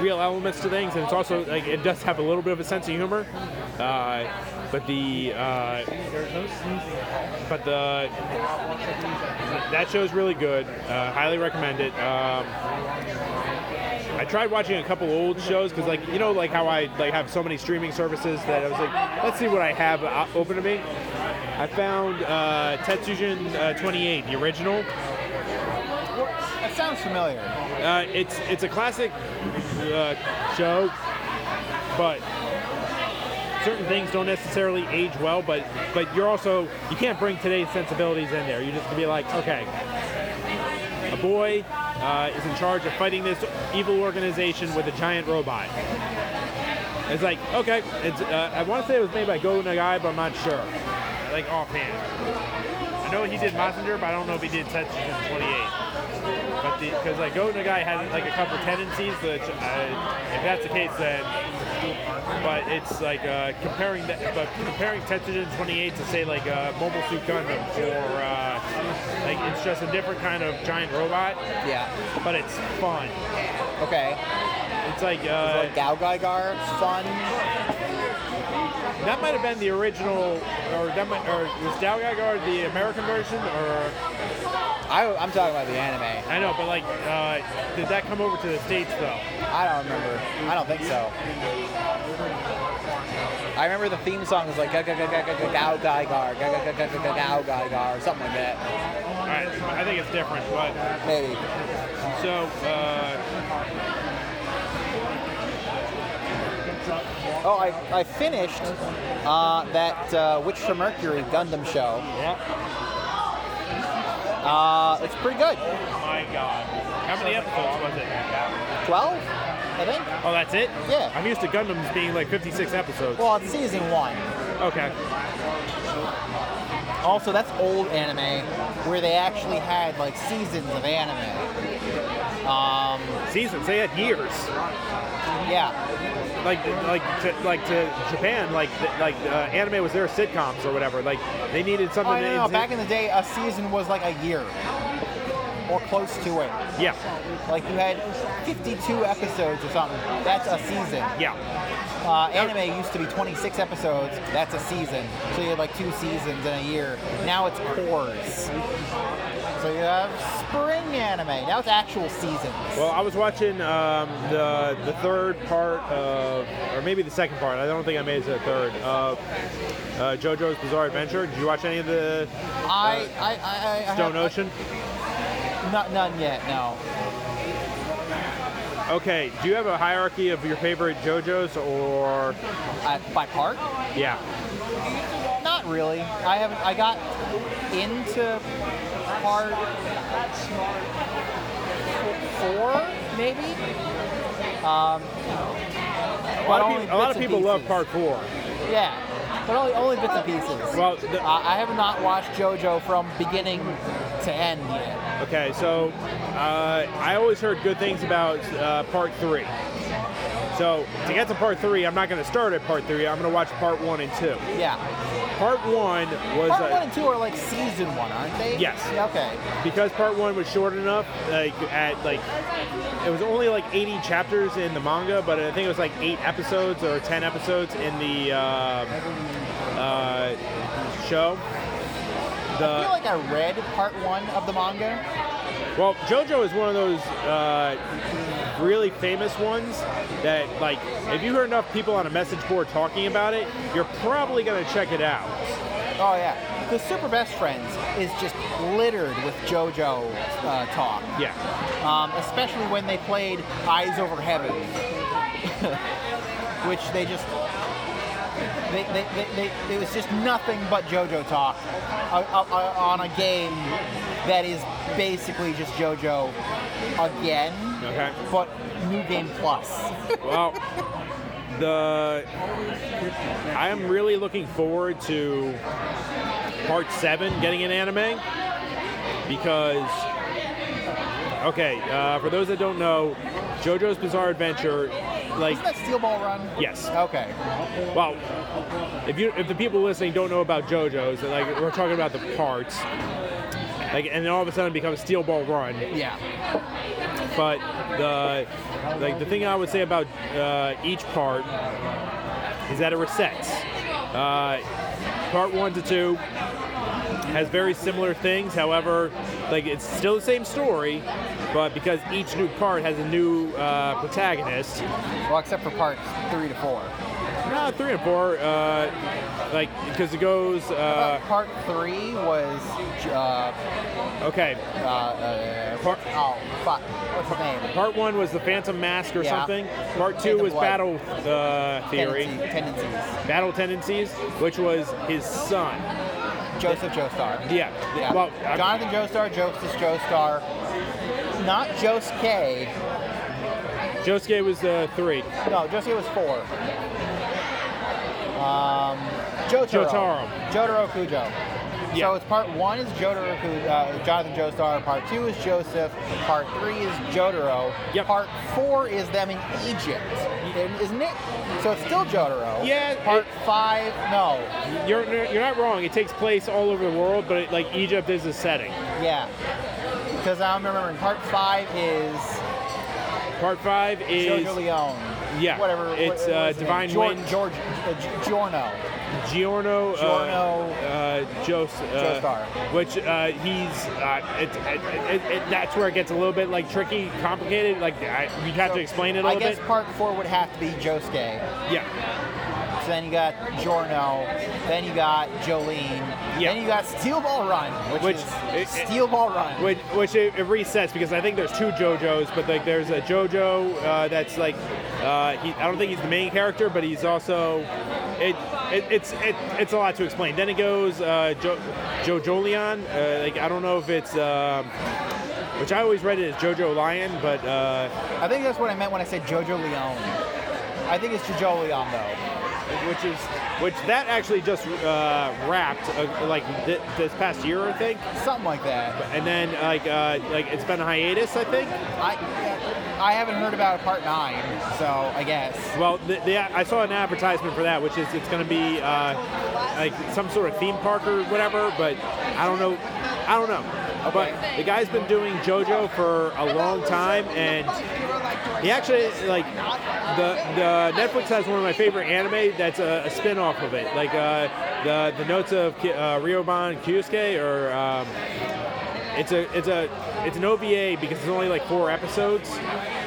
Speaker 1: real elements to things and it's also like it does have a little bit of a sense of humor uh, but the uh, but the that show's really good. Uh, highly recommend it. Um, I tried watching a couple old shows because, like, you know, like how I like have so many streaming services that I was like, let's see what I have uh, open to me. I found uh, Tetsujin uh, 28, the original.
Speaker 2: That sounds familiar.
Speaker 1: Uh, it's it's a classic uh, show, but certain things don't necessarily age well. But but you're also you can't bring today's sensibilities in there. You just can be like, okay, a boy uh, is in charge of fighting this evil organization with a giant robot. It's like okay, it's uh, I want to say it was made by Go Nagai, but I'm not sure. Like offhand, I know he did Messenger, but I don't know if he did Tetsujin 28. But because like Go Nagai has like a couple tendencies that uh, if that's the case then. But it's like uh, comparing that, but comparing Tetsujin 28 to say like uh, Mobile Suit Gundam or uh, like it's just a different kind of giant robot,
Speaker 2: Yeah.
Speaker 1: but it's fun.
Speaker 2: Okay.
Speaker 1: It's like
Speaker 2: Uh,
Speaker 1: uh,
Speaker 2: like Gal Gaigar, fun.
Speaker 1: that might have been the original, or that might, or was Dalgagar the American version, or
Speaker 2: I, I'm talking about the anime.
Speaker 1: I know, but like uh, did that come over to the states though?
Speaker 2: I don't remember. I don't think so. I remember the theme song was like Gal Gaigar, Gal Gaigar, Gal Gaigar, something like that.
Speaker 1: All right, I think it's different, but.
Speaker 2: Maybe.
Speaker 1: So, uh,
Speaker 2: Oh, I, I finished uh, that uh, Witch from Mercury Gundam show.
Speaker 1: yeah.
Speaker 2: Uh, it's pretty good.
Speaker 1: My God. How many episodes was it?
Speaker 2: 12, I think.
Speaker 1: Oh, that's it?
Speaker 2: Yeah.
Speaker 1: I'm used to Gundams being like 56 episodes.
Speaker 2: Well, it's season one.
Speaker 1: Okay.
Speaker 2: Also, that's old anime where they actually had like seasons of anime. Um,
Speaker 1: Seasons. They had years.
Speaker 2: yeah,
Speaker 1: Like, like, to, like to Japan, like, th- like uh, anime was their sitcoms or whatever. Like, they needed
Speaker 2: oh,
Speaker 1: something.
Speaker 2: I
Speaker 1: to-
Speaker 2: don't know. Back in the day, a season was like a year or close to it.
Speaker 1: yeah,
Speaker 2: Like you had 52 episodes or something. That's a season.
Speaker 1: yeah,
Speaker 2: Uh, anime used to be 26 episodes. That's a season. So you had like two seasons in a year. Now it's cores. So you have spring anime. Now it's actual seasons.
Speaker 1: Well, I was watching um, the the third part of, or maybe the second part. I don't think I made it to the third of uh, JoJo's Bizarre Adventure. Did you watch any of the
Speaker 2: I, I, I, I, I
Speaker 1: Stone
Speaker 2: have-
Speaker 1: Ocean?
Speaker 2: Not, none yet. No.
Speaker 1: Okay, do you have a hierarchy of your favorite JoJo's or
Speaker 2: I, by part?
Speaker 1: yeah?
Speaker 2: Not really. I haven't. I got into part four, maybe. Um,
Speaker 1: A lot of people, a lot of people love part four.
Speaker 2: Yeah, but only only bits and pieces. Uh,
Speaker 1: Well, the,
Speaker 2: I I have not watched JoJo from beginning to end yet.
Speaker 1: okay, so uh, I always heard good things about uh, part three. So So to get to part three, I'm not going to start at part three. I'm going to watch part one and two.
Speaker 2: Yeah.
Speaker 1: Part one was
Speaker 2: Part
Speaker 1: uh,
Speaker 2: one and two are like season one, aren't they?
Speaker 1: Yes.
Speaker 2: Okay.
Speaker 1: because part one was short enough. Like at like it was only like 80 chapters in the manga, but I think it was like eight episodes or 10 episodes in the um uh, show.
Speaker 2: I
Speaker 1: The
Speaker 2: feel
Speaker 1: Uh,
Speaker 2: like I read part one of the manga.
Speaker 1: Well, JoJo is one of those uh, really famous ones that, like, if you hear enough people on a message board talking about it, you're probably gonna check it out.
Speaker 2: Oh yeah. The Super Best Friends is just littered with JoJo uh, talk,
Speaker 1: Yeah,
Speaker 2: um, especially when they played Eyes Over Heaven, which they just they, they, they, they, it was just nothing but JoJo talk uh, uh, uh, on a game that is basically just JoJo again,
Speaker 1: Okay.
Speaker 2: but New Game Plus.
Speaker 1: well, the I am really looking forward to part seven getting an anime because, okay, uh, for those that don't know, JoJo's Bizarre Adventure, like,
Speaker 2: Isn't that Steel Ball Run?
Speaker 1: yes.
Speaker 2: Okay.
Speaker 1: Well, if you if the people listening don't know about JoJo's, then, like we're talking about the parts, like and then all of a sudden it becomes Steel Ball Run.
Speaker 2: Yeah.
Speaker 1: But the like the thing I would say about uh, each part is that it resets. Uh, part one to two has very similar things. However, like it's still the same story, but because each new part has a new uh, protagonist,
Speaker 2: Well, except for parts three to four.
Speaker 1: no, three and four, uh, like because it goes. Uh,
Speaker 2: part three was uh,
Speaker 1: Okay,
Speaker 2: uh, uh,
Speaker 1: Part-
Speaker 2: oh fuck, what's his name?
Speaker 1: part one was the Phantom Mask or
Speaker 2: Yeah.
Speaker 1: something. Part two
Speaker 2: Phantom
Speaker 1: was
Speaker 2: Blood.
Speaker 1: Battle uh, Theory,
Speaker 2: Tendencies, tendencies.
Speaker 1: Battle Tendencies, which was his son.
Speaker 2: Joseph Joestar.
Speaker 1: Yeah.
Speaker 2: Yeah.
Speaker 1: Well, uh, I-
Speaker 2: Jonathan Joestar, Joseph Joestar, not Josuke.
Speaker 1: Josuke was uh, three.
Speaker 2: No, Josuke was four. Um, Jotaro.
Speaker 1: Jotaro.
Speaker 2: Jotaro Kujo.
Speaker 1: Yeah.
Speaker 2: So it's part one is Jotaro, Ku- uh, Jonathan Joestar. Part two is Joseph. Part three is Jotaro.
Speaker 1: Yep.
Speaker 2: Part four is them in Egypt, And isn't it? So it's still Jotaro.
Speaker 1: Yeah,
Speaker 2: Part
Speaker 1: it-
Speaker 2: five, no.
Speaker 1: You're you're not wrong. It takes place all over the world, but it, like Egypt is the setting.
Speaker 2: Yeah. Because I'm remembering part five is,
Speaker 1: Part five is
Speaker 2: Jojo Leone.
Speaker 1: yeah,
Speaker 2: Whatever. what-
Speaker 1: it's,
Speaker 2: what
Speaker 1: uh,
Speaker 2: was his name?
Speaker 1: Divine
Speaker 2: Gior-
Speaker 1: Wind.
Speaker 2: George, uh, Gi- Giorno.
Speaker 1: Giorno,
Speaker 2: Giorno.
Speaker 1: uh, uh, Jos, uh,
Speaker 2: Joestar.
Speaker 1: which uh, he's uh, it, it, it, it, that's where it gets a little bit like tricky, complicated. Like I, you'd have to explain it a
Speaker 2: I
Speaker 1: little
Speaker 2: guess
Speaker 1: bit.
Speaker 2: part four would have to be Josuke.
Speaker 1: Yeah,
Speaker 2: So then you got Jorno, then you got Jolene,
Speaker 1: Yeah.
Speaker 2: then you got Steel Ball Run, which,
Speaker 1: Which-
Speaker 2: is
Speaker 1: it- it-
Speaker 2: Steel Ball Run.
Speaker 1: which, which it, it resets because I think there's two JoJos, but like there's a JoJo uh, that's like uh, he, I don't think he's the main character, but he's also it, it it's it, it's a lot to explain. Then it goes uh, jo, JoJolion, uh, like I don't know if it's. Um, which I always read it as JoJo Lion, but uh,
Speaker 2: I think that's what I meant when I said Jojo Leon. I think it's Jojo Leon though.
Speaker 1: which is which that actually just uh, wrapped uh, like th- this past year I think,
Speaker 2: Something like that.
Speaker 1: and then like uh, like it's been a hiatus I think.
Speaker 2: I I haven't heard about part nine, so I guess.
Speaker 1: Well, the, the, I saw an advertisement for that, which is it's going to be uh, like some sort of theme park or whatever, but I don't know. I don't know. But the guy's been doing JoJo for a long time, and he actually like the the Netflix has one of my favorite anime that's a, a spin off of it, like uh, the the Notes of Ki- uh, Ryoban Kyusuke, or um, it's a it's a it's an OVA because it's only like four episodes,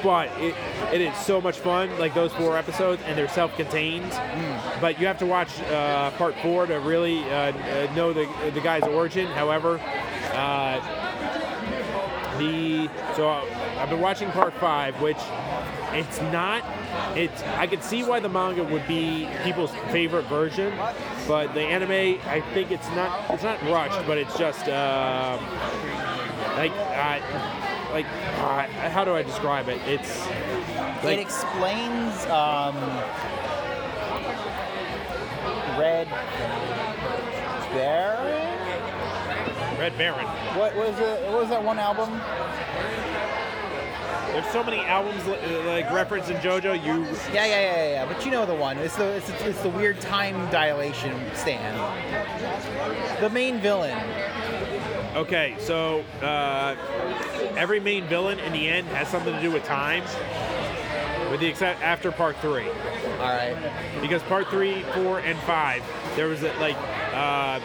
Speaker 1: but it it is so much fun. Like those four episodes, and they're self-contained. But you have to watch uh, part four to really uh, uh, know the the guy's origin. However, uh, the so I've been watching part five, which it's not. It's I could see why the manga would be people's favorite version, but the anime I think it's not it's not rushed, but it's just. Um, like uh, like uh, how do I describe it? It's
Speaker 2: it
Speaker 1: like
Speaker 2: explains um, Red Baron.
Speaker 1: Red Baron.
Speaker 2: What was it? What was that one album?
Speaker 1: There's so many albums uh, like referenced in JoJo. You
Speaker 2: Yeah, yeah, yeah, yeah. But you know the one. It's the it's, it's, the weird time dilation stand. The main villain.
Speaker 1: okay? So uh, every main villain in the end has something to do with time, with the except after part three.
Speaker 2: All right.
Speaker 1: because part three, four, and five, there was a, like uh,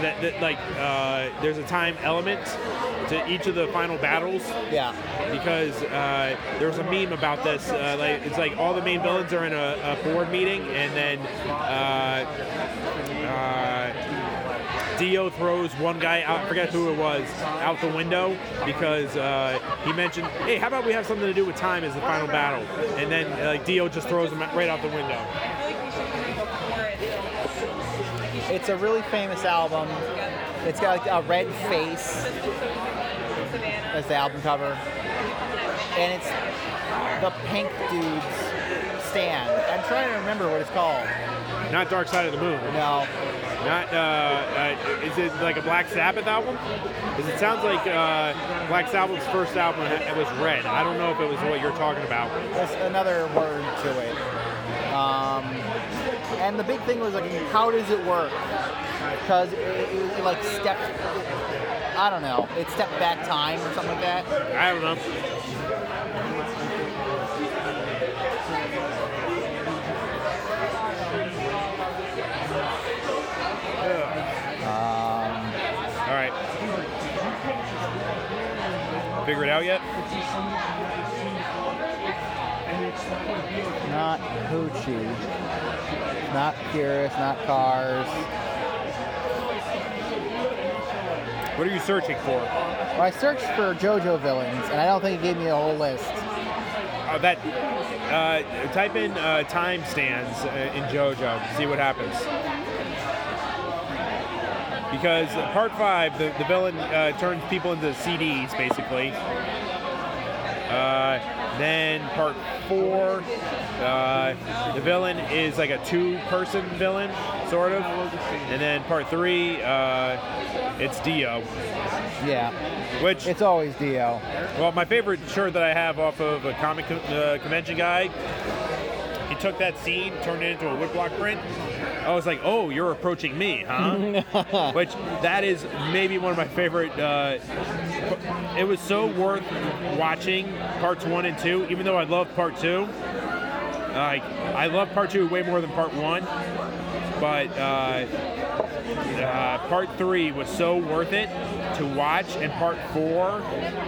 Speaker 1: that, that like uh, there's a time element to each of the final battles
Speaker 2: Yeah.
Speaker 1: because uh, there was a meme about this. Uh, like it's like all the main villains are in a, a board meeting, and then uh, uh, Dio throws one guy out. I forget who it was out the window because uh, he mentioned, "Hey, how about we have something to do with time as the final battle?" And then uh, like Dio just throws him right out the window.
Speaker 3: feel like we should do before it. Like, you should
Speaker 2: It's a really famous album. It's got like, a red face
Speaker 3: Savannah.
Speaker 2: as the album cover, and it's the pink dude's stand. I'm trying to remember what it's called.
Speaker 1: Not Dark Side of the Moon.
Speaker 2: No,
Speaker 1: Not uh, uh, is it like a Black Sabbath album? 'Cause it sounds like uh, Black Sabbath's first album ha- was Red. I don't know if it was what you're talking about.
Speaker 2: there's another word to it. Um, and the big thing was like, how does it work? Because it, it, it like stepped. I don't know. It stepped back time or something like that.
Speaker 1: I don't know.
Speaker 2: Um,
Speaker 1: All right. Figure it out yet?
Speaker 2: not Hoochie. Not Curious. Not Cars.
Speaker 1: What are you searching for?
Speaker 2: Well, I searched for JoJo villains, and I don't think it gave me a whole list.
Speaker 1: Uh, that uh, type in uh, time stands uh, in JoJo. See what happens. Because part five, the, the villain uh, turns people into CDs, basically. Uh, then part four, uh, the villain is like a two-person villain, sort of. And then part three, uh, it's Dio,
Speaker 2: Yeah,
Speaker 1: which
Speaker 2: it's always Dio.
Speaker 1: well, my favorite shirt that I have off of a comic con- uh, convention guy, he took that scene, turned it into a woodblock print. I was like, oh, you're approaching me, huh? Which, that is maybe one of my favorite. Uh, it was so worth watching parts one and two, even though I love part two. Like, I love part two way more than part one, but uh, uh, part three was so worth it to watch, and part four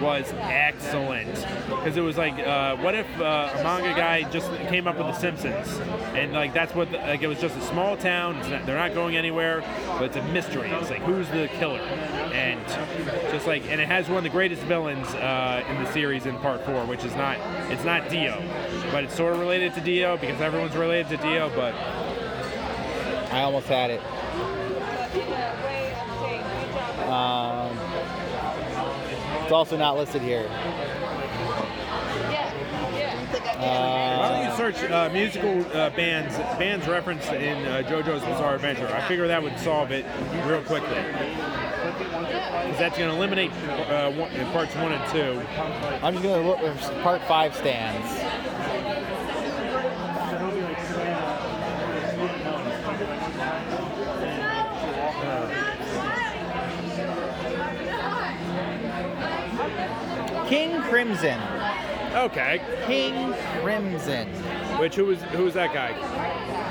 Speaker 1: was excellent because it was like, uh, what if uh, a manga guy just came up with The Simpsons, and like that's what the, like it was just a small town. It's not, they're not going anywhere, but it's a mystery. It's like who's the killer, and just like and it has one of the greatest villains uh, in the series in part four, which is not it's not Dio, but it's sort of related to Dio because everyone's related to Dio, but.
Speaker 2: I almost had it.
Speaker 3: Way upstate. Good job.
Speaker 2: Um, it's also not listed here.
Speaker 3: Yeah, yeah.
Speaker 1: Why don't you search uh, musical uh, bands bands referenced in uh, JoJo's Bizarre Adventure? I figure that would solve it real quickly. Because that's going to eliminate uh, one, parts one and two.
Speaker 2: I'm just gonna look for part five stands. King Crimson.
Speaker 1: Okay.
Speaker 2: King Crimson.
Speaker 1: Which who was who was that guy?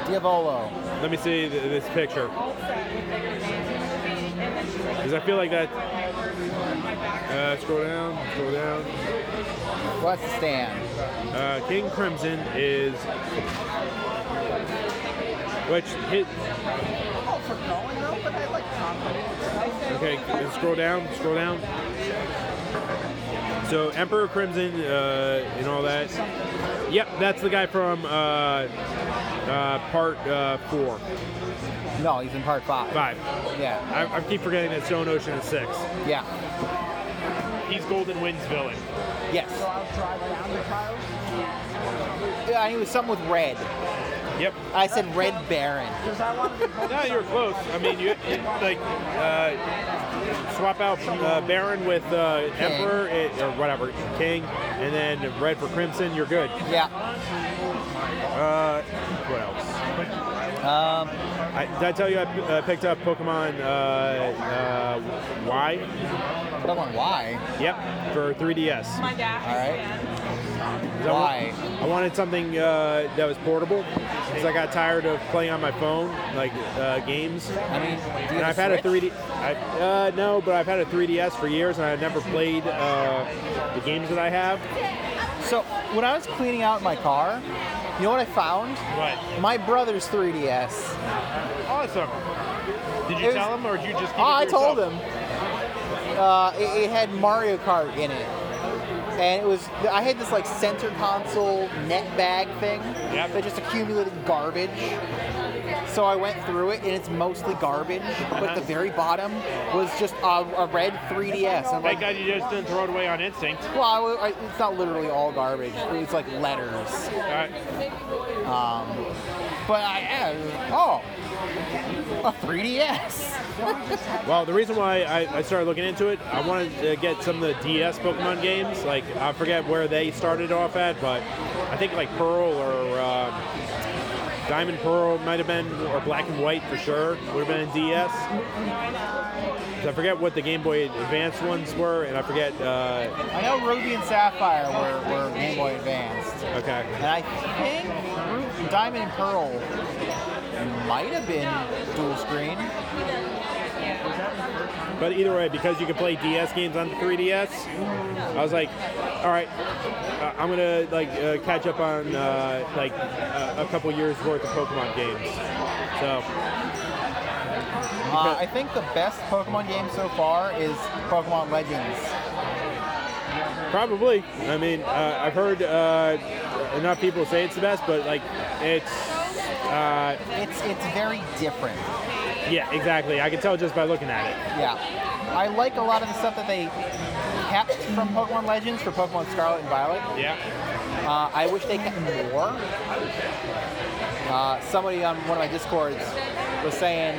Speaker 2: Diavolo.
Speaker 1: Let me see th- this picture. Because I feel like that. Uh, scroll down. Scroll down.
Speaker 2: What's the stand?
Speaker 1: Uh, King Crimson is. Which hit. Okay, and scroll down, scroll down. So Emperor Crimson uh, and all that. Yep, that's the guy from uh, uh, part uh, four,
Speaker 2: No, he's in part five.
Speaker 1: five.
Speaker 2: Yeah,
Speaker 1: I, I keep forgetting that Stone Ocean is six.
Speaker 2: yeah,
Speaker 1: He's Golden Wind's villain.
Speaker 2: yes. Yeah, and he was something with red.
Speaker 1: Yep.
Speaker 2: I said Red Baron.
Speaker 4: Because I want to be home.
Speaker 1: No, you're close. I mean, you it, like uh, swap out uh, Baron with uh, Emperor it, or whatever King, and then red for Crimson. You're good.
Speaker 2: Yeah.
Speaker 1: Uh, what else?
Speaker 2: Um,
Speaker 1: I, did I tell you I uh, picked up Pokemon uh, uh, Y?
Speaker 2: but on why?
Speaker 1: Yep, for 3DS.
Speaker 3: My dad.
Speaker 2: All right.
Speaker 3: yeah.
Speaker 2: Why?
Speaker 1: I wanted something uh, that was portable because I got tired of playing on my phone, like uh, games.
Speaker 2: I mean, do you
Speaker 1: And I've had
Speaker 2: have
Speaker 1: a
Speaker 2: Switch?
Speaker 1: 3D. I, uh, no, but I've had a 3DS for years, and I've never played uh, the games that I have.
Speaker 2: So when I was cleaning out my car, you know what I found?
Speaker 1: Right.
Speaker 2: My brother's 3DS.
Speaker 1: Awesome. Did
Speaker 2: you It was- tell
Speaker 1: him, or did you just?
Speaker 2: Oh, I told him. Uh, it, it had Mario Kart in it, and it was I had this like center console net bag thing
Speaker 1: Yep.
Speaker 2: that just accumulated garbage. So I went through it, and it's mostly garbage. But the very bottom was just a, a red 3DS. I'm like,
Speaker 1: God you just didn't throw it away on instinct.
Speaker 2: well, I, I, it's not literally all garbage. It's like letters. But I, yeah, oh, a 3DS.
Speaker 1: Well, the reason why I, I started looking into it, I wanted to get some of the DS Pokemon games. Like I forget where they started off at, but I think like Pearl or uh, Diamond Pearl might have been, or Black and White for sure would have been in DS. So I forget what the Game Boy Advance ones were, and I forget. Uh,
Speaker 2: I know Ruby and Sapphire were, were Game Boy Advanced.
Speaker 1: okay,
Speaker 2: And I think Ru- Diamond and Pearl might have been dual screen. Uh,
Speaker 1: but either way, because you could play DS games on the 3DS, I was like, all right, uh, I'm gonna like uh, catch up on uh, like uh, a couple years worth of Pokemon games. So.
Speaker 2: Uh, I think the best Pokemon game so far is Pokemon Legends.
Speaker 1: Probably. I mean, uh, I've heard uh, enough people say it's the best, but like, it's uh,
Speaker 2: It's it's very different.
Speaker 1: yeah, exactly. I can tell just by looking at it.
Speaker 2: Yeah, I like a lot of the stuff that they kept from Pokemon Legends for Pokemon Scarlet and Violet.
Speaker 1: Yeah.
Speaker 2: Uh, I wish they kept more. Uh, somebody on one of my discords was saying,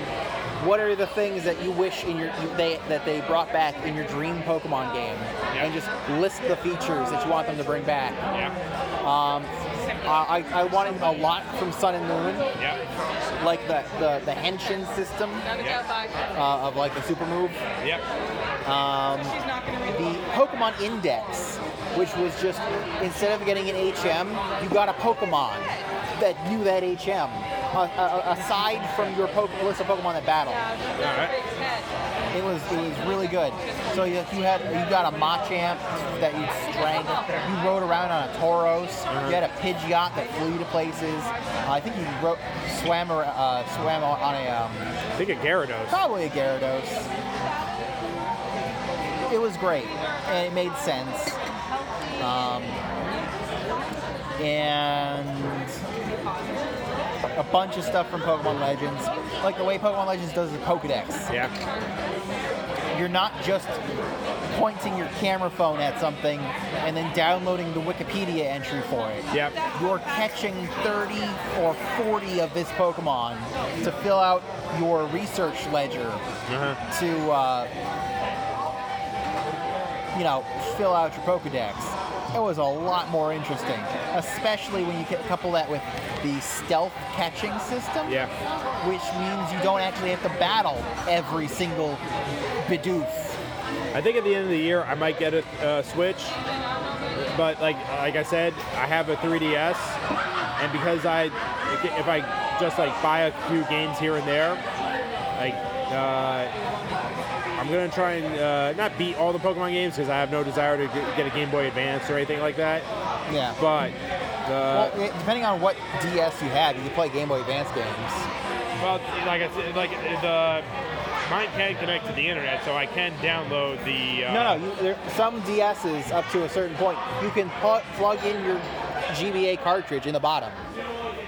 Speaker 2: "What are the things that you wish in your you, they, that they brought back in your dream Pokemon game?" And just list the features that you want them to bring back.
Speaker 1: Yeah.
Speaker 2: Um, I, I I wanted a lot from Sun and Moon,
Speaker 1: Yeah.
Speaker 2: like the the, the Henshin system
Speaker 3: Gotta
Speaker 1: Yeah.
Speaker 3: go back.
Speaker 2: uh, of like the super move.
Speaker 1: Yeah.
Speaker 2: Um,
Speaker 3: She's not gonna read
Speaker 2: the Pokemon Index, which was just instead of getting an HM, you got a Pokemon that knew that HM. Uh, uh, aside from your poke list of Pokemon that battle,
Speaker 3: Yeah, she's
Speaker 1: All right.
Speaker 3: got a big head.
Speaker 2: it was it was really good. So you, you had you got a Machamp that you strangled. You rode around on a Tauros. You had a Pidgeot that flew to places. Uh, I think you ro- swam or uh, swam on, on a um,
Speaker 1: I think a Gyarados.
Speaker 2: Probably a Gyarados. It was great, and it made sense. Um, and a bunch of stuff from Pokemon Legends, like the way Pokemon Legends does the Pokedex.
Speaker 1: Yeah.
Speaker 2: You're not just pointing your camera phone at something and then downloading the Wikipedia entry for it
Speaker 1: Yeah.
Speaker 2: you're catching 30 or 40 of this Pokemon to fill out your research ledger
Speaker 1: Uh-huh.
Speaker 2: to, uh, you know, fill out your Pokedex. It was a lot more interesting, especially when you ca- couple that with the stealth catching system,
Speaker 1: Yeah.
Speaker 2: which means you don't actually have to battle every single Bidoof.
Speaker 1: I think at the end of the year I might get a uh, Switch, but like like I said, I have a 3DS, and because I if I just like buy a few games here and there, like uh, I'm gonna try and uh, not beat all the Pokemon games because I have no desire to g- get a Game Boy Advance or anything like that.
Speaker 2: Yeah.
Speaker 1: But
Speaker 2: Well,
Speaker 1: uh,
Speaker 2: it- depending on what DS you had, you could play Game Boy Advance games.
Speaker 1: well, like I said, like the mine can connect to the internet, so I can download the. Uh,
Speaker 2: No, no. You, there, some DSs up to a certain point, you can put, plug in your GBA cartridge in the bottom.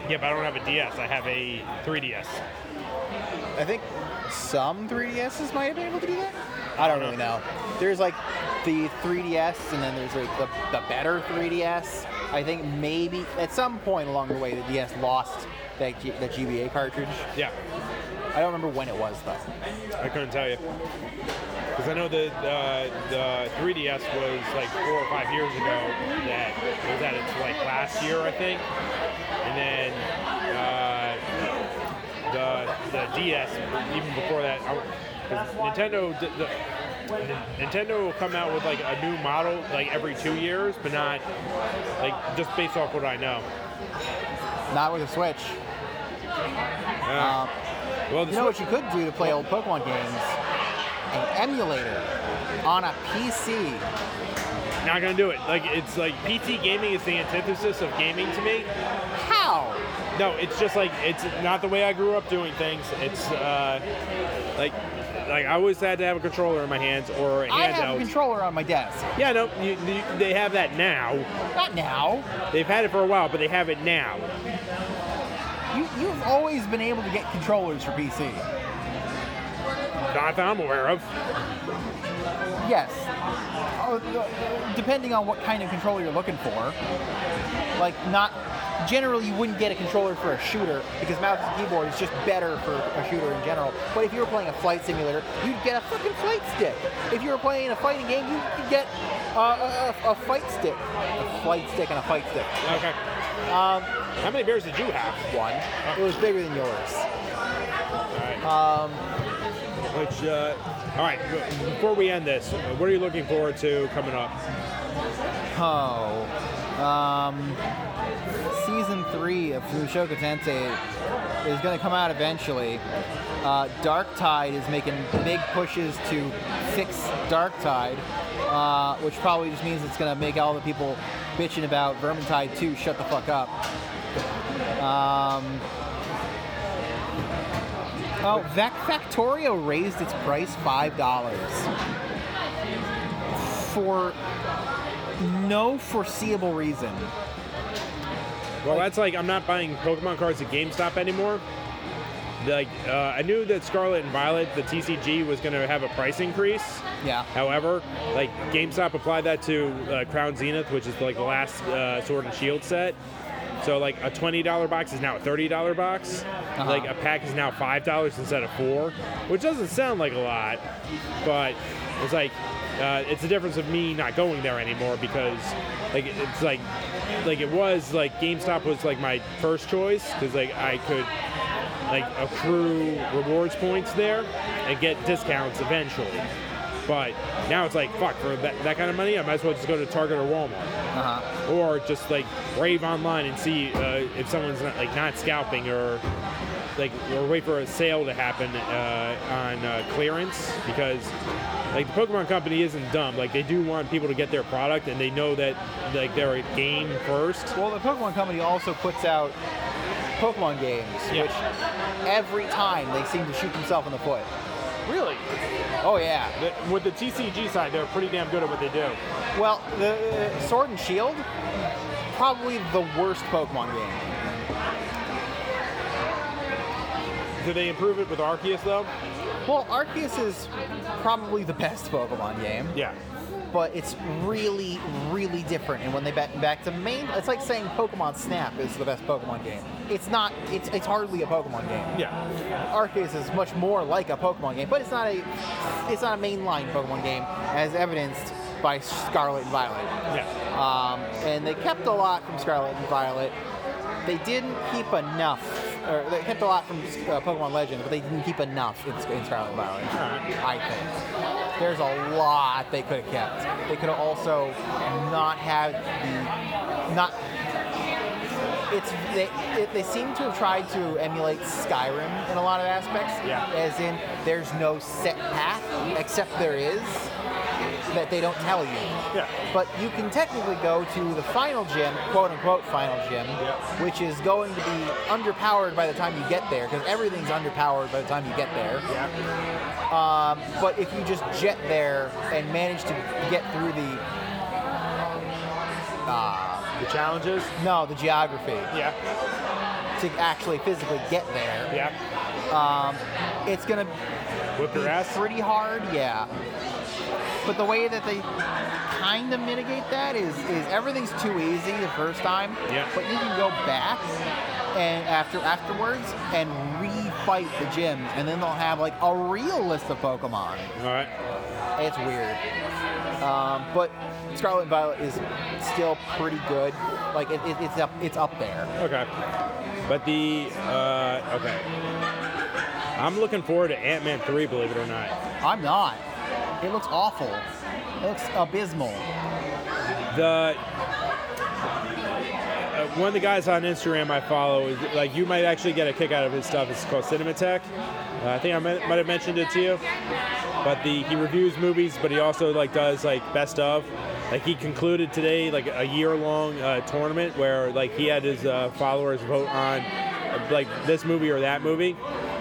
Speaker 1: yeah, but I don't have a DS. I have a 3DS.
Speaker 2: I think some 3DSs might have been able to do that. I don't really know. There's like the 3DS, and then there's like the, the better 3DS. I think maybe at some point along the way, the DS lost that, G- that GBA cartridge.
Speaker 1: Yeah,
Speaker 2: I don't remember when it was though.
Speaker 1: I couldn't tell you because I know the uh, the 3DS was like four or five years ago that it was at its like last year I think, and then uh, the the DS even before that. I, 'cause Nintendo d- the, Nintendo will come out with like a new model like every two years, but not like just based off what I know.
Speaker 2: Not with a Switch. Um,
Speaker 1: Well, the
Speaker 2: you know
Speaker 1: Switch-
Speaker 2: what you could do to play old Pokemon games? An emulator on a PC.
Speaker 1: not gonna do it. Like it's like PC gaming is the antithesis of gaming to me.
Speaker 2: How?
Speaker 1: No, it's just like it's not the way I grew up doing things. It's uh, like like I always had to have a controller in my hands or handheld.
Speaker 2: I have a controller on my desk.
Speaker 1: yeah, no, you, you, they have that now.
Speaker 2: Not now.
Speaker 1: They've had it for a while, but they have it now.
Speaker 2: You, you've always been able to get controllers for PC.
Speaker 1: Not that I'm aware of.
Speaker 2: Yes. Uh, uh, Depending on what kind of controller you're looking for. Like, not. Generally, you wouldn't get a controller for a shooter because mouse and keyboard is just better for a shooter in general. But if you were playing a flight simulator, you'd get a fucking flight stick. If you were playing a fighting game, you could get uh, a, a, a fight stick. A flight stick and a fight stick.
Speaker 1: Okay.
Speaker 2: Um,
Speaker 1: How many beers did you have?
Speaker 2: one. It was bigger than yours.
Speaker 1: All right.
Speaker 2: Um,
Speaker 1: Which uh, all right. w- Before we end this, what are you looking forward to coming up?
Speaker 2: Oh. Um, season three of Fushoku Tensei is going to come out eventually. Uh, Dark Tide is making big pushes to fix Dark Tide, uh, which probably just means it's going to make all the people bitching about Vermintide 2 shut the fuck up. Um, oh, Vac Factorio raised its price $5 for no foreseeable reason.
Speaker 1: Well, that's like I'm not buying Pokemon cards at GameStop anymore. Like uh, I knew that Scarlet and Violet, the TCG, was going to have a price increase.
Speaker 2: Yeah.
Speaker 1: However, like GameStop applied that to uh, Crown Zenith, which is like the last uh, Sword and Shield set. So like a twenty dollar box is now a thirty dollar box. Like a pack is now five dollars instead of four, which doesn't sound like a lot, but it's like uh, it's the difference of me not going there anymore because like it's like like it was like GameStop was like my first choice because like I could like accrue rewards points there and get discounts eventually. But now it's like fuck for that, that kind of money, I might as well just go to Target or Walmart,
Speaker 2: Uh-huh.
Speaker 1: or just like rave online and see uh, if someone's not like not scalping or like or wait for a sale to happen uh, on uh, clearance because like the Pokemon company isn't dumb. Like they do want people to get their product and they know that like they're a game first.
Speaker 2: Well, the Pokemon Company also puts out Pokemon games,
Speaker 1: Yeah.
Speaker 2: which every time they seem to shoot themselves in the foot.
Speaker 1: Really,
Speaker 2: Oh yeah.
Speaker 1: with the TCG side, they're pretty damn good at what they do.
Speaker 2: Well, the uh, Sword and Shield, probably the worst Pokemon game.
Speaker 1: Do they improve it with Arceus though?
Speaker 2: Well, Arceus is probably the best Pokemon game,
Speaker 1: Yeah.
Speaker 2: but it's really, really different. And when they back back to main, it's like saying Pokemon Snap is the best Pokemon game. It's not. It's it's hardly a Pokemon game.
Speaker 1: Yeah.
Speaker 2: Arceus is much more like a Pokemon game, but it's not a it's not a mainline Pokemon game, as evidenced by Scarlet and Violet.
Speaker 1: Yeah.
Speaker 2: Um, and they kept a lot from Scarlet and Violet. They didn't keep enough, or they kept a lot from uh, Pokemon Legends, but they didn't keep enough in, in Scarlet and Violet.
Speaker 1: Alright.
Speaker 2: I think there's a lot they could have kept. They could have also not had the not. It's they, it, they seem to have tried to emulate Skyrim in a lot of aspects.
Speaker 1: Yeah.
Speaker 2: As in, there's no set path, except there is that they don't tell you.
Speaker 1: Yeah.
Speaker 2: But you can technically go to the final gym, quote unquote final gym, which is going to be underpowered by the time you get there, because everything's underpowered by the time you get there.
Speaker 1: Yeah.
Speaker 2: Um, but if you just jet there and manage to get through the uh,
Speaker 1: The challenges?
Speaker 2: no the geography
Speaker 1: Yeah.
Speaker 2: to actually physically get there,
Speaker 1: Yeah.
Speaker 2: um, it's gonna
Speaker 1: Whip your
Speaker 2: be
Speaker 1: ass?
Speaker 2: pretty hard, yeah. But the way that they kind of mitigate that is is everything's too easy the first time.
Speaker 5: Yeah.
Speaker 2: But you can go back and after afterwards and refight the gyms, and then they'll have like a real list of Pokemon.
Speaker 5: All right.
Speaker 2: It's weird. Um, but Scarlet and Violet is still pretty good. Like it, it, it's up it's up there.
Speaker 5: Okay. But the uh, okay. I'm looking forward to Ant Man three. Believe it or not,
Speaker 2: I'm not. It looks awful. It looks abysmal.
Speaker 5: the. Uh, one of the guys on Instagram I follow is like you might actually get a kick out of his stuff. It's called Cinematech. Uh, I think I might, might have mentioned it to you, but the he reviews movies, but he also like does like best of. Like he concluded today like a year long uh, tournament where like he had his uh, followers vote on uh, like this movie or that movie.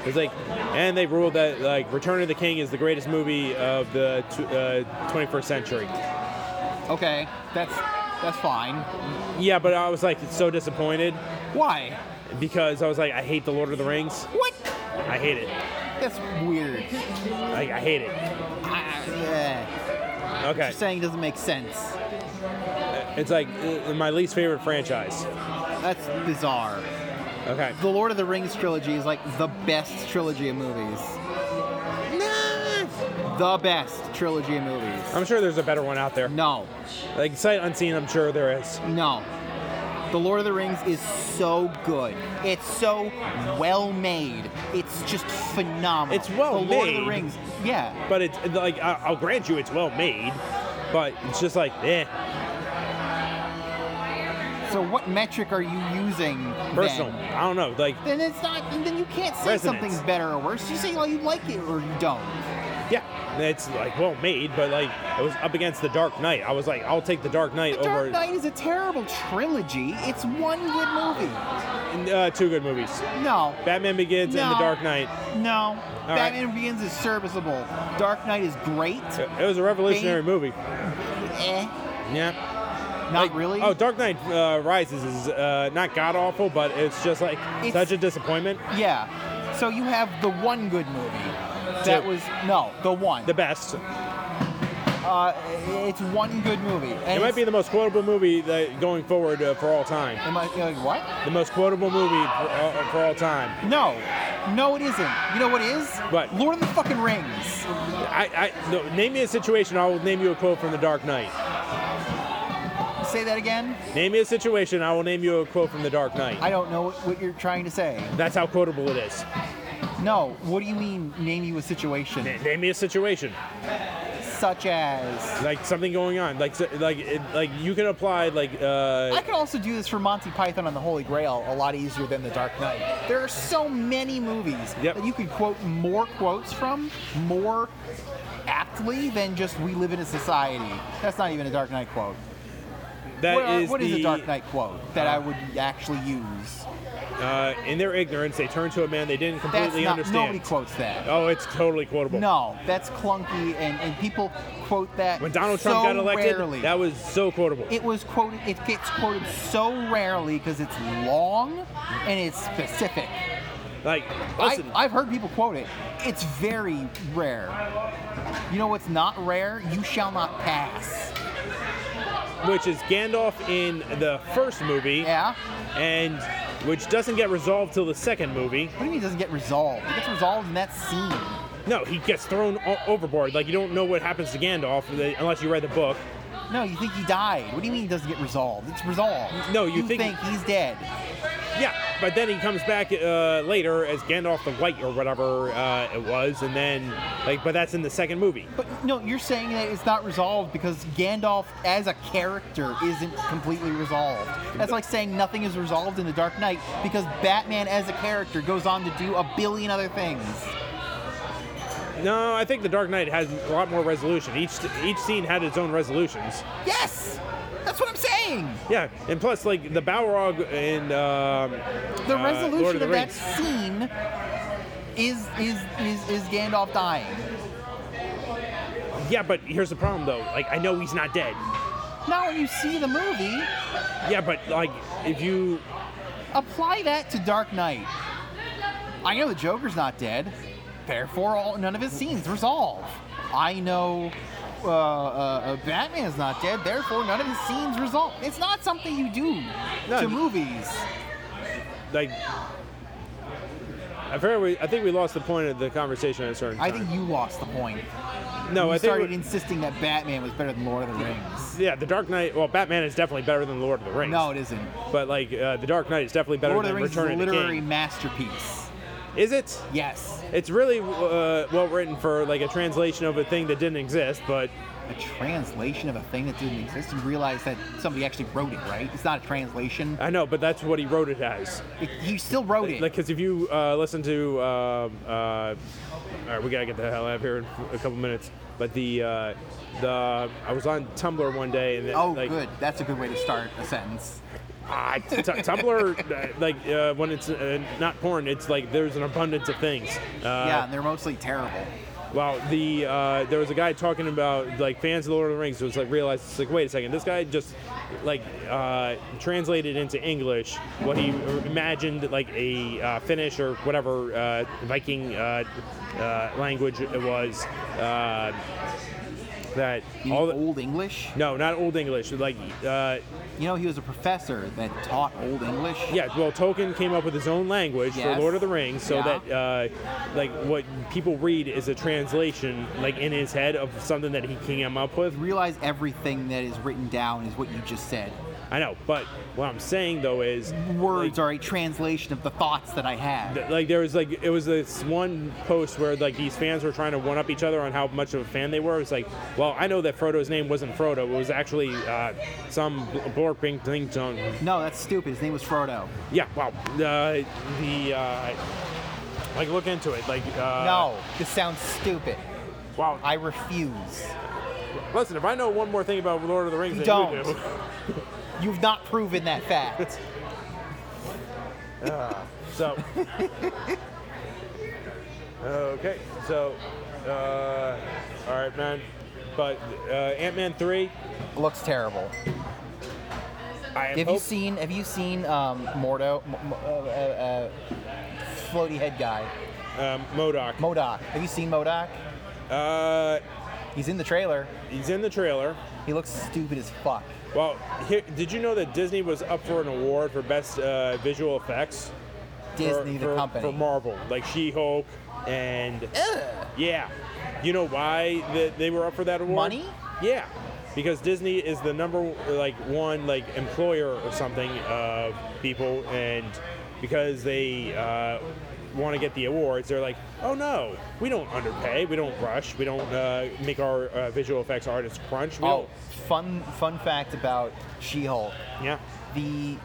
Speaker 5: It's like, and they ruled that like Return of the King is the greatest movie of the tw- uh, 21st century.
Speaker 2: Okay, that's that's fine.
Speaker 5: Yeah, but I was like so disappointed
Speaker 2: Why?
Speaker 5: because I was like, I hate the Lord of the Rings.
Speaker 2: What?
Speaker 5: I hate it.
Speaker 2: That's weird.
Speaker 5: Like I hate it.
Speaker 2: I, yeah.
Speaker 5: Okay,
Speaker 2: You're saying it doesn't make sense.
Speaker 5: it's like uh, my least favorite franchise.
Speaker 2: That's bizarre.
Speaker 5: Okay,
Speaker 2: The Lord of the Rings trilogy is like the best trilogy of movies. The best trilogy of movies.
Speaker 5: I'm sure there's a better one out there.
Speaker 2: No,
Speaker 5: Like sight unseen, I'm sure there is.
Speaker 2: no. The Lord of the Rings is so good. It's so well made. It's just phenomenal.
Speaker 5: It's well
Speaker 2: The Lord of
Speaker 5: made.
Speaker 2: the Rings. Yeah.
Speaker 5: But it's like I- I'll grant you, it's well made, but it's just like eh,
Speaker 2: So what metric are you using? then?
Speaker 5: personal. I don't know. Like
Speaker 2: Then it's not. Then you can't say
Speaker 5: Resonance.
Speaker 2: something's better or worse. You say, well, you like it or you don't.
Speaker 5: yeah, it's like well made, but like it was up against the Dark Knight. I was like, I'll take the Dark Knight
Speaker 2: The Dark
Speaker 5: over
Speaker 2: Knight is a terrible trilogy. It's one good movie.
Speaker 5: uh, two good movies:
Speaker 2: No,
Speaker 5: Batman Begins and
Speaker 2: No.
Speaker 5: The Dark Knight.
Speaker 2: no.
Speaker 5: right.
Speaker 2: Batman Begins is serviceable. Dark Knight is great.
Speaker 5: It it was a revolutionary
Speaker 2: Bane-
Speaker 5: movie.
Speaker 2: Eh,
Speaker 5: Yeah.
Speaker 2: not
Speaker 5: Like,
Speaker 2: really.
Speaker 5: Oh, Dark Knight uh, Rises is uh, not god awful, but it's just like
Speaker 2: It's-
Speaker 5: such a disappointment.
Speaker 2: yeah. So you have the one good movie. That
Speaker 5: Two.
Speaker 2: was no, the one.
Speaker 5: The best.
Speaker 2: uh, it's one good movie. And
Speaker 5: It
Speaker 2: it's-
Speaker 5: might be the most quotable movie that, going forward uh, for all time.
Speaker 2: Am I like, what?
Speaker 5: The most quotable movie for, uh, for all time.
Speaker 2: No, no, it isn't. You know what it is?
Speaker 5: What?
Speaker 2: Lord of the fucking Rings.
Speaker 5: I, I no, name me a situation. I will name you a quote from The Dark Knight.
Speaker 2: Say that again.
Speaker 5: Name me a situation. I will name you a quote from The Dark Knight.
Speaker 2: I don't know what, what you're trying to say.
Speaker 5: That's how quotable it is.
Speaker 2: No, what do you mean? Name you a situation
Speaker 5: Na- Name me a situation,
Speaker 2: such as.
Speaker 5: like something going on, like so- like it, like you can apply like
Speaker 2: I
Speaker 5: uh,
Speaker 2: could also do this for Monty Python and the Holy Grail a lot easier than The Dark Knight. There are so many movies
Speaker 5: Yep.
Speaker 2: that you could quote more quotes from more aptly than just "We live in a society." That's not even a Dark Knight quote.
Speaker 5: that
Speaker 2: What are-
Speaker 5: is
Speaker 2: what is
Speaker 5: the
Speaker 2: a Dark Knight quote that I would actually use?
Speaker 5: uh, in their ignorance they turn to a man they didn't
Speaker 2: That's
Speaker 5: completely
Speaker 2: not. Nobody
Speaker 5: understand.
Speaker 2: quotes that.
Speaker 5: oh, it's totally quotable.
Speaker 2: No, that's clunky, and, and people quote that
Speaker 5: When Donald Trump
Speaker 2: so
Speaker 5: got elected,
Speaker 2: rarely.
Speaker 5: that was so quotable.
Speaker 2: it was quoted it gets quoted so rarely because it's long and it's specific
Speaker 5: like,
Speaker 2: I,
Speaker 5: listen,
Speaker 2: i've heard people quote it it's very rare you know what's not rare you shall not pass
Speaker 5: which is Gandalf in the first movie,
Speaker 2: yeah
Speaker 5: and which doesn't get resolved till the second movie.
Speaker 2: what do you mean it doesn't get resolved it gets resolved in that scene
Speaker 5: No, he gets thrown o- overboard. Like you don't know what happens to Gandalf uh, unless you read the book.
Speaker 2: no you think he died what do you mean it doesn't get resolved it's resolved
Speaker 5: No, you think-
Speaker 2: he's dead
Speaker 5: Yeah, but then he comes back uh, later as Gandalf the White or whatever uh, it was, and then like, but that's in the second movie.
Speaker 2: but no you're saying that it's not resolved because gandalf as a character isn't completely resolved that's like saying nothing is resolved in the dark knight because batman as a character goes on to do a billion other things
Speaker 5: No, I think the Dark Knight has a lot more resolution. Each each scene had its own resolutions.
Speaker 2: yes that's what i'm saying
Speaker 5: Yeah, and plus like the Balrog and um,
Speaker 2: the
Speaker 5: uh, Lord
Speaker 2: resolution
Speaker 5: of, the
Speaker 2: of, that
Speaker 5: Rings.
Speaker 2: scene is, is is is gandalf dying
Speaker 5: Yeah, but here's the problem though. Like I know he's not dead.
Speaker 2: now when you see the movie
Speaker 5: Yeah, but like if you
Speaker 2: apply that to dark knight i know the joker's not dead therefore all, none of his scenes resolve i know uh, uh, Batman's not dead, therefore none of his scenes result. It's not something you do
Speaker 5: No,
Speaker 2: to
Speaker 5: n-
Speaker 2: movies.
Speaker 5: Like, I've heard. We, I think we lost the point of the conversation at a certain.
Speaker 2: I
Speaker 5: time.
Speaker 2: think you lost the point.
Speaker 5: no.
Speaker 2: you
Speaker 5: I think
Speaker 2: started
Speaker 5: we-
Speaker 2: insisting that Batman was better than Lord of the Rings.
Speaker 5: yeah, the Dark Knight. Well, Batman is definitely better than Lord of the Rings.
Speaker 2: No, it isn't.
Speaker 5: But like, uh, the Dark Knight is definitely better
Speaker 2: Lord of
Speaker 5: than
Speaker 2: the Rings is
Speaker 5: Return
Speaker 2: a
Speaker 5: of the
Speaker 2: literary
Speaker 5: King.
Speaker 2: masterpiece.
Speaker 5: Is it?
Speaker 2: Yes,
Speaker 5: It's really uh, well written for like a translation of a thing that didn't exist, but
Speaker 2: a translation of a thing that didn't exist and realize that somebody actually wrote it, right? It's not a translation.
Speaker 5: I know, but that's what he wrote it as.
Speaker 2: It, he still wrote it.
Speaker 5: Like, because if you uh, listen to, um, uh, all right, we gotta get the hell out of here in a couple minutes. But the uh, the I was on Tumblr one day and then,
Speaker 2: oh,
Speaker 5: like,
Speaker 2: good. That's a good way to start a sentence.
Speaker 5: Ah, t- t- Tumblr, uh, like uh, when it's uh, not porn, it's like there's an abundance of things.
Speaker 2: yeah,
Speaker 5: Uh,
Speaker 2: and they're mostly terrible.
Speaker 5: Well, the uh, there was a guy talking about like fans of Lord of the Rings was like realized it's like wait a second, this guy just like uh, translated into English what he imagined like a uh, Finnish or whatever uh, Viking uh, uh, language it was. Uh, that
Speaker 2: You
Speaker 5: all
Speaker 2: mean
Speaker 5: the,
Speaker 2: old English?
Speaker 5: no, not Old English. Like uh,
Speaker 2: You know, he was a professor that taught Old English.
Speaker 5: Yeah, well, Tolkien came up with his own language
Speaker 2: Yes.
Speaker 5: for Lord of the Rings, so
Speaker 2: Yeah.
Speaker 5: that uh, like what people read is a translation, like in his head of something that he came up with.
Speaker 2: Realize everything that is written down is what you just said.
Speaker 5: I know, but what I'm saying though is
Speaker 2: Words are a translation of the thoughts that I had.
Speaker 5: th- like there was like it was this one post where like these fans were trying to one up each other on how much of a fan they were. It's like, well, I know that Frodo's name wasn't Frodo; it was actually uh, some bl- blorping thing. Tongue.
Speaker 2: no, that's stupid. His name was Frodo.
Speaker 5: Yeah, wow. Uh, the uh, like look into it. Like uh,
Speaker 2: no, this sounds stupid.
Speaker 5: wow.
Speaker 2: I refuse.
Speaker 5: Listen, if I know one more thing about Lord of the Rings,
Speaker 2: You
Speaker 5: than you
Speaker 2: don't.
Speaker 5: do,
Speaker 2: You've not proven that fact.
Speaker 5: so. okay, so, uh, all right, man. But uh, Ant Man three,
Speaker 2: Looks terrible.
Speaker 5: I
Speaker 2: Have
Speaker 5: am
Speaker 2: you
Speaker 5: hope-
Speaker 2: seen? Have you seen um, Mordo, M- M- uh, uh, uh, floaty head guy,
Speaker 5: um, Modoc.
Speaker 2: Modoc? Have you seen Modoc?
Speaker 5: Uh,
Speaker 2: He's in the trailer.
Speaker 5: he's in the trailer.
Speaker 2: He looks stupid as fuck.
Speaker 5: Well, here, did you know that Disney was up for an award for best uh, visual effects? for-
Speaker 2: Disney,
Speaker 5: for-
Speaker 2: the company.
Speaker 5: for Marvel, like She Hulk, and
Speaker 2: Ugh.
Speaker 5: Yeah. You know why the, they were up for that award?
Speaker 2: Money?
Speaker 5: Yeah. Because Disney is the number like one like employer or something of people, and because they uh, want to get the awards, they're like, oh no, we don't underpay, we don't rush, we don't uh, make our uh, visual effects artists crunch. We
Speaker 2: Oh, fun fun fact about She-Hulk:
Speaker 5: don't, yeah,
Speaker 2: the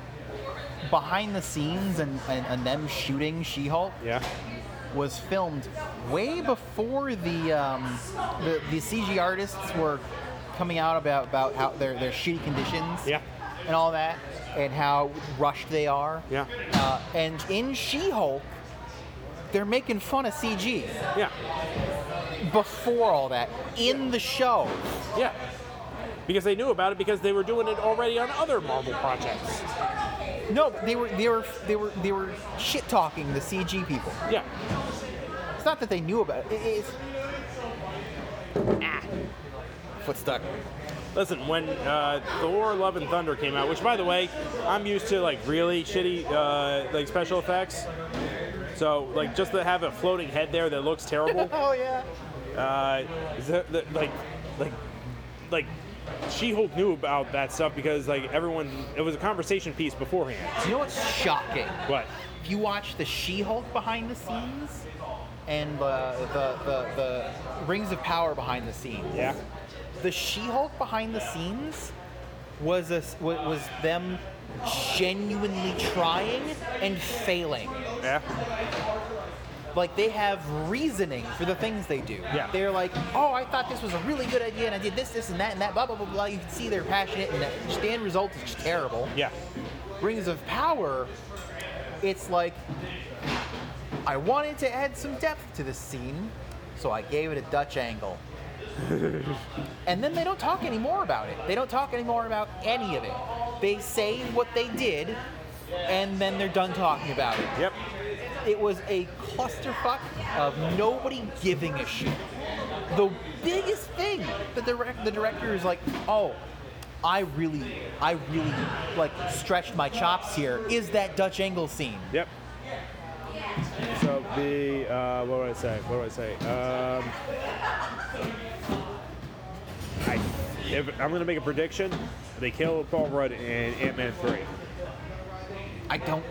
Speaker 2: behind the scenes and, and, and them shooting She-Hulk
Speaker 5: yeah.
Speaker 2: was filmed way before the um, the, the CG artists were coming out about about how their their shitty conditions,
Speaker 5: Yeah.
Speaker 2: and all that, and how rushed they are,
Speaker 5: Yeah.
Speaker 2: Uh, and in She-Hulk, they're making fun of CG
Speaker 5: Yeah,
Speaker 2: before all that in the show.
Speaker 5: yeah. Because they knew about it because they were doing it already on other Marvel projects.
Speaker 2: No, they were they were they were they were shit talking the CG people.
Speaker 5: Yeah,
Speaker 2: It's not that they knew about it. it it's, ah, foot stuck.
Speaker 5: Listen, when uh, Thor: Love and Thunder came out, which by the way, I'm used to like really shitty uh, like special effects. So like just to have a floating head there that looks terrible,
Speaker 2: Oh yeah.
Speaker 5: uh, is that- that- like like like She-Hulk knew about that stuff because like everyone, it was a conversation piece beforehand.
Speaker 2: Do you know what's shocking?
Speaker 5: But
Speaker 2: If you watch the She-Hulk behind the scenes and the the, the, the Rings of Power behind the scenes,
Speaker 5: yeah,
Speaker 2: the She-Hulk behind the scenes was a s- wa- was them genuinely trying and failing.
Speaker 5: yeah,
Speaker 2: Like they have reasoning for the things they do.
Speaker 5: Yeah.
Speaker 2: They're like, oh, I thought this was a really good idea, and I did this, this, and that, and that, blah, blah, blah, blah. You can see they're passionate, and that- the end result is just terrible.
Speaker 5: yeah,
Speaker 2: Rings of Power, it's like I wanted to add some depth to this scene, so I gave it a Dutch angle. and then they don't talk anymore about it. They don't talk anymore about any of it. They say what they did, and then they're done talking about it.
Speaker 5: yep.
Speaker 2: It was a clusterfuck of nobody giving a shit. the biggest thing that the direct, the director is like, oh, I really, I really like stretched my chops here. Is that Dutch angle scene?
Speaker 5: Yep. So the uh, what would I say? What would I say? Um, I, if, I'm gonna make a prediction. They kill Paul Rudd in Ant-Man three.
Speaker 2: I don't.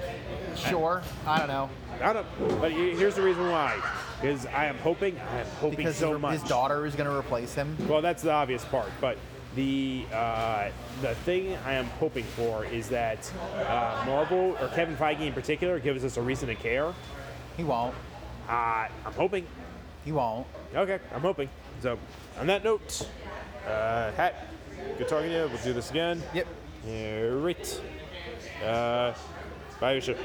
Speaker 2: Sure, I don't know.
Speaker 5: I don't. But he- here's the reason why. Because I am hoping. I am hoping
Speaker 2: Because
Speaker 5: so
Speaker 2: his,
Speaker 5: much.
Speaker 2: his daughter is going to replace him.
Speaker 5: Well, that's the obvious part, but the uh, the thing I am hoping for is that uh, Marvel or Kevin Feige in particular gives us a reason to care. Uh,
Speaker 2: He won't.
Speaker 5: I'm hoping.
Speaker 2: He won't.
Speaker 5: Okay, I'm hoping. So, on that note, uh, Hat, good talking to you. We'll do this again.
Speaker 2: Yep.
Speaker 5: All right. Uh, bye, Bishop.